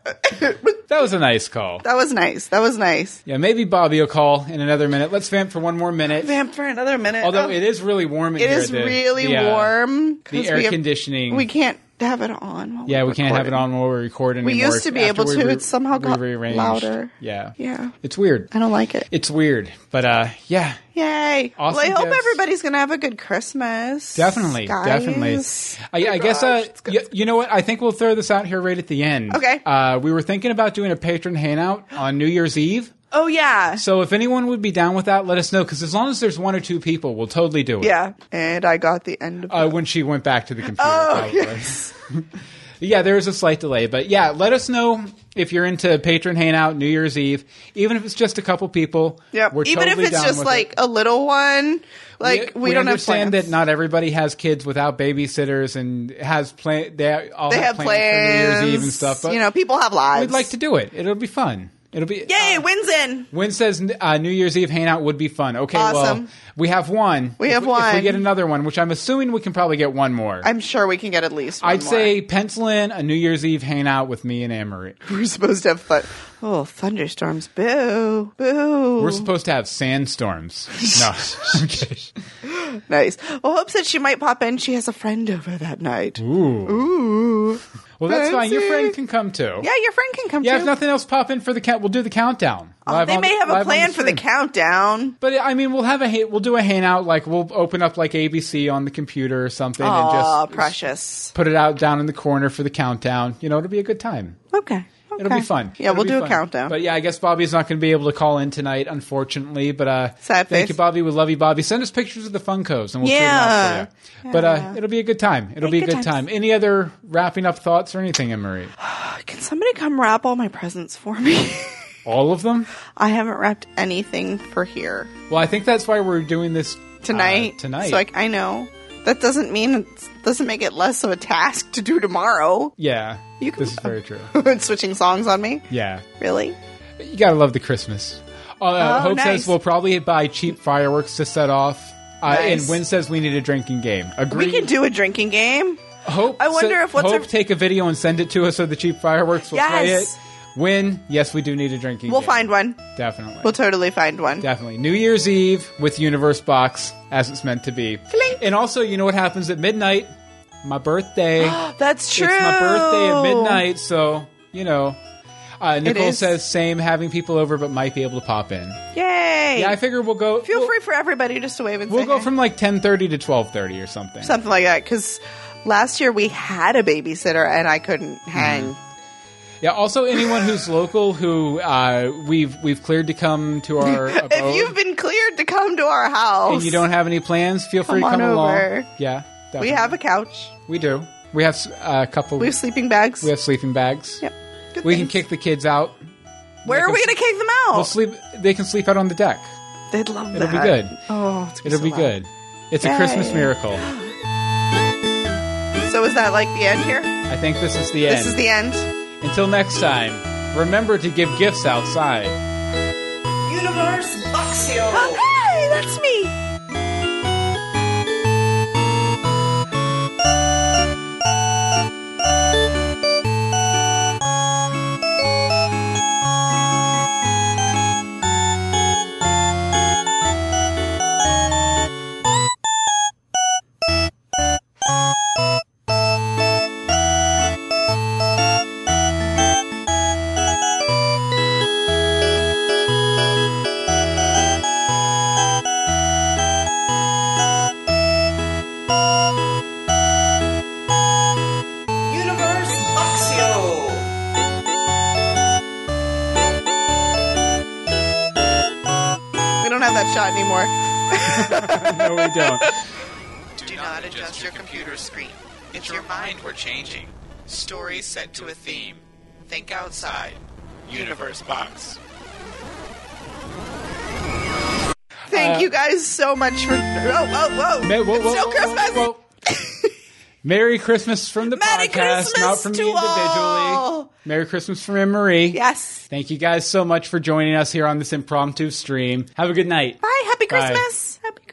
Speaker 1: That was a nice call.
Speaker 2: That was nice. That was nice.
Speaker 1: Yeah, maybe Bobby will call in another minute. Let's vamp for one more minute.
Speaker 2: Vamp for another minute.
Speaker 1: Although
Speaker 2: Oh.
Speaker 1: it is really warm in
Speaker 2: It
Speaker 1: here.
Speaker 2: is
Speaker 1: the-
Speaker 2: really
Speaker 1: the, uh,
Speaker 2: warm. 'cause
Speaker 1: The air
Speaker 2: we have-
Speaker 1: conditioning.
Speaker 2: We can't have it on. While
Speaker 1: Yeah,
Speaker 2: we're
Speaker 1: we can't have it
Speaker 2: recording.
Speaker 1: on while we're recording.
Speaker 2: We
Speaker 1: anymore.
Speaker 2: used to be
Speaker 1: After
Speaker 2: able
Speaker 1: we
Speaker 2: to.
Speaker 1: re-
Speaker 2: It somehow
Speaker 1: we
Speaker 2: got
Speaker 1: rearranged.
Speaker 2: louder.
Speaker 1: Yeah,
Speaker 2: Yeah.
Speaker 1: It's weird.
Speaker 2: I don't like it.
Speaker 1: It's weird, but uh, yeah,
Speaker 2: Yay! well, I
Speaker 1: Awesome
Speaker 2: hope
Speaker 1: gifts.
Speaker 2: everybody's gonna have a good Christmas.
Speaker 1: definitely,
Speaker 2: guys. Oh
Speaker 1: definitely. I, I guess uh,
Speaker 2: gosh, it's
Speaker 1: y- you know what? I think we'll throw this out here right at the end.
Speaker 2: Okay.
Speaker 1: Uh, we were thinking about doing a patron hangout on New Year's Eve.
Speaker 2: Oh yeah,
Speaker 1: So if anyone would be down with that, let us know. Because as long as there's one or two people, we'll totally do it.
Speaker 2: yeah. And I got the end of.
Speaker 1: Uh, when she went back to the computer,
Speaker 2: oh
Speaker 1: probably.
Speaker 2: yes.
Speaker 1: Yeah, there is a slight delay, but yeah, let us know if you're into patron hangout New Year's Eve, even if it's just a couple people.
Speaker 2: Yep.
Speaker 1: we're
Speaker 2: Even
Speaker 1: totally
Speaker 2: if it's
Speaker 1: down
Speaker 2: just
Speaker 1: with
Speaker 2: like
Speaker 1: it.
Speaker 2: a little one, like we, don't
Speaker 1: understand
Speaker 2: have plans.
Speaker 1: that not everybody has kids without babysitters and has plan. They all
Speaker 2: they have
Speaker 1: plans, for New Year's Eve and
Speaker 2: plans.
Speaker 1: stuff. But
Speaker 2: you know, people have lives.
Speaker 1: we'd like to do it. It'll be fun. It'll be
Speaker 2: Yay!
Speaker 1: uh,
Speaker 2: wins in.
Speaker 1: Win says uh, New Year's Eve hangout would be fun. Okay,
Speaker 2: Awesome.
Speaker 1: well, we have one.
Speaker 2: We
Speaker 1: If
Speaker 2: have
Speaker 1: If we
Speaker 2: one.
Speaker 1: get another one, which I'm assuming we can probably get one more.
Speaker 2: I'm sure we can get at least. One
Speaker 1: I'd
Speaker 2: more.
Speaker 1: say pencil in a New Year's Eve hangout with me and Amory.
Speaker 2: we're supposed to have fun. Oh, thunderstorms! Boo! Boo!
Speaker 1: We're supposed to have sandstorms. No, I'm kidding.
Speaker 2: nice. Well, Hope said she might pop in. She has a friend over that night. Ooh.
Speaker 1: Well, that's fine. Your
Speaker 2: Fancy.
Speaker 1: friend can come too.
Speaker 2: Yeah, your friend can come
Speaker 1: Yeah,
Speaker 2: too.
Speaker 1: if nothing else, pop in for the count. We'll do the countdown.
Speaker 2: Oh,
Speaker 1: Live
Speaker 2: they
Speaker 1: on-
Speaker 2: may have
Speaker 1: live
Speaker 2: a
Speaker 1: on
Speaker 2: plan for the
Speaker 1: stream.
Speaker 2: countdown.
Speaker 1: But I mean, we'll have a ha- we'll do a hangout. Like we'll open up like ABC on the computer or something, and
Speaker 2: Oh,
Speaker 1: just
Speaker 2: precious.
Speaker 1: put it out down in the corner for the countdown. You know, it'll be a good time.
Speaker 2: Okay.
Speaker 1: It'll
Speaker 2: okay.
Speaker 1: be fun.
Speaker 2: Yeah,
Speaker 1: It'll
Speaker 2: we'll
Speaker 1: be
Speaker 2: do
Speaker 1: fun.
Speaker 2: a countdown.
Speaker 1: But yeah, I guess Bobby's not going to be able to call in tonight, unfortunately. But uh,
Speaker 2: Sad
Speaker 1: thank
Speaker 2: face.
Speaker 1: you, Bobby. We love you, Bobby. Send us pictures of the Funkos, and we'll tweet 'em
Speaker 2: Yeah.
Speaker 1: out for you. But uh, it'll be a good time. It'll be a
Speaker 2: Good
Speaker 1: good
Speaker 2: times.
Speaker 1: time. Any other wrapping up thoughts or anything, Emery?
Speaker 2: Can somebody come wrap all my presents for me?
Speaker 1: All of them.
Speaker 2: I haven't wrapped anything for here
Speaker 1: Well, I think that's why we're doing this uh,
Speaker 2: tonight.
Speaker 1: tonight.
Speaker 2: So I, I know. That doesn't mean it doesn't make it less of a task to do tomorrow.
Speaker 1: yeah,
Speaker 2: You can-
Speaker 1: this is very true.
Speaker 2: Switching songs on me?
Speaker 1: Yeah,
Speaker 2: Really?
Speaker 1: you gotta love the Christmas. Uh,
Speaker 2: Oh,
Speaker 1: Hope
Speaker 2: nice.
Speaker 1: says we'll probably buy cheap fireworks to set off. Uh,
Speaker 2: Nice.
Speaker 1: And Win says we need a drinking game. Agree.
Speaker 2: We can do a drinking game.
Speaker 1: Hope.
Speaker 2: I wonder if what's
Speaker 1: Hope
Speaker 2: her-
Speaker 1: take a video and send it to us so the cheap fireworks will play
Speaker 2: Yes.
Speaker 1: it. Win. Yes, we do need a drinking.
Speaker 2: We'll
Speaker 1: game.
Speaker 2: find one.
Speaker 1: Definitely.
Speaker 2: We'll totally find one.
Speaker 1: Definitely. New Year's Eve with Universe Box as it's meant to be. And also, you know what happens at midnight? My birthday.
Speaker 2: That's true.
Speaker 1: It's my birthday at midnight, so you know. Uh, Nicole
Speaker 2: is.
Speaker 1: says same, having people over, but might be able to pop in.
Speaker 2: Yay!
Speaker 1: Yeah, I figure we'll go.
Speaker 2: Feel
Speaker 1: we'll,
Speaker 2: free for everybody just to wave and
Speaker 1: We'll
Speaker 2: say
Speaker 1: go
Speaker 2: hey.
Speaker 1: from like ten thirty to twelve thirty or something.
Speaker 2: something like that. Because last year we had a babysitter and I couldn't
Speaker 1: Hmm.
Speaker 2: hang.
Speaker 1: Yeah. Also, anyone who's local who uh, we've we've cleared to come to our abode,
Speaker 2: If you've been cleared to come to our house,
Speaker 1: Oh. and you don't have any plans, feel free to
Speaker 2: Come
Speaker 1: come
Speaker 2: on
Speaker 1: along.
Speaker 2: over.
Speaker 1: Yeah.
Speaker 2: we
Speaker 1: definitely.
Speaker 2: have a couch.
Speaker 1: We do. We have s- a couple.
Speaker 2: We have sleeping bags.
Speaker 1: we have sleeping bags.
Speaker 2: Yep. Good
Speaker 1: We can
Speaker 2: things.
Speaker 1: kick the kids out.
Speaker 2: Where are we going to kick them out?
Speaker 1: We'll sleep. They can sleep out on the deck.
Speaker 2: They'd love
Speaker 1: It'll
Speaker 2: that.
Speaker 1: be good.
Speaker 2: Oh, it's gonna
Speaker 1: It'll
Speaker 2: so
Speaker 1: be
Speaker 2: loud.
Speaker 1: good. It's a
Speaker 2: Yay.
Speaker 1: Christmas miracle.
Speaker 2: So is that like the end here?
Speaker 1: I think this is the end.
Speaker 2: This is the end.
Speaker 1: Until next time, remember to give gifts outside.
Speaker 3: Universe Boxio.
Speaker 2: Hey, that's me.
Speaker 3: Universe Boxio.
Speaker 2: We don't have that shot anymore.
Speaker 1: No, we don't.
Speaker 3: Do not adjust your computer screen. It's your mind we're changing. Stories set to a theme. Think outside.
Speaker 9: Universe Box.
Speaker 2: Thank
Speaker 1: Uh,
Speaker 2: you guys so much for. Oh, whoa, whoa!
Speaker 1: Ma- whoa, whoa,
Speaker 2: it's still
Speaker 1: whoa,
Speaker 2: Christmas.
Speaker 1: whoa, whoa. Merry Christmas from the
Speaker 2: Merry
Speaker 1: podcast, not
Speaker 2: Christmas
Speaker 1: from me
Speaker 2: to
Speaker 1: individually.
Speaker 2: all.
Speaker 1: Merry Christmas from Anne Marie.
Speaker 2: Yes.
Speaker 1: Thank you guys so much for joining us here on this impromptu stream. Have a good night.
Speaker 2: Bye. Happy
Speaker 1: Bye.
Speaker 2: Christmas. Happy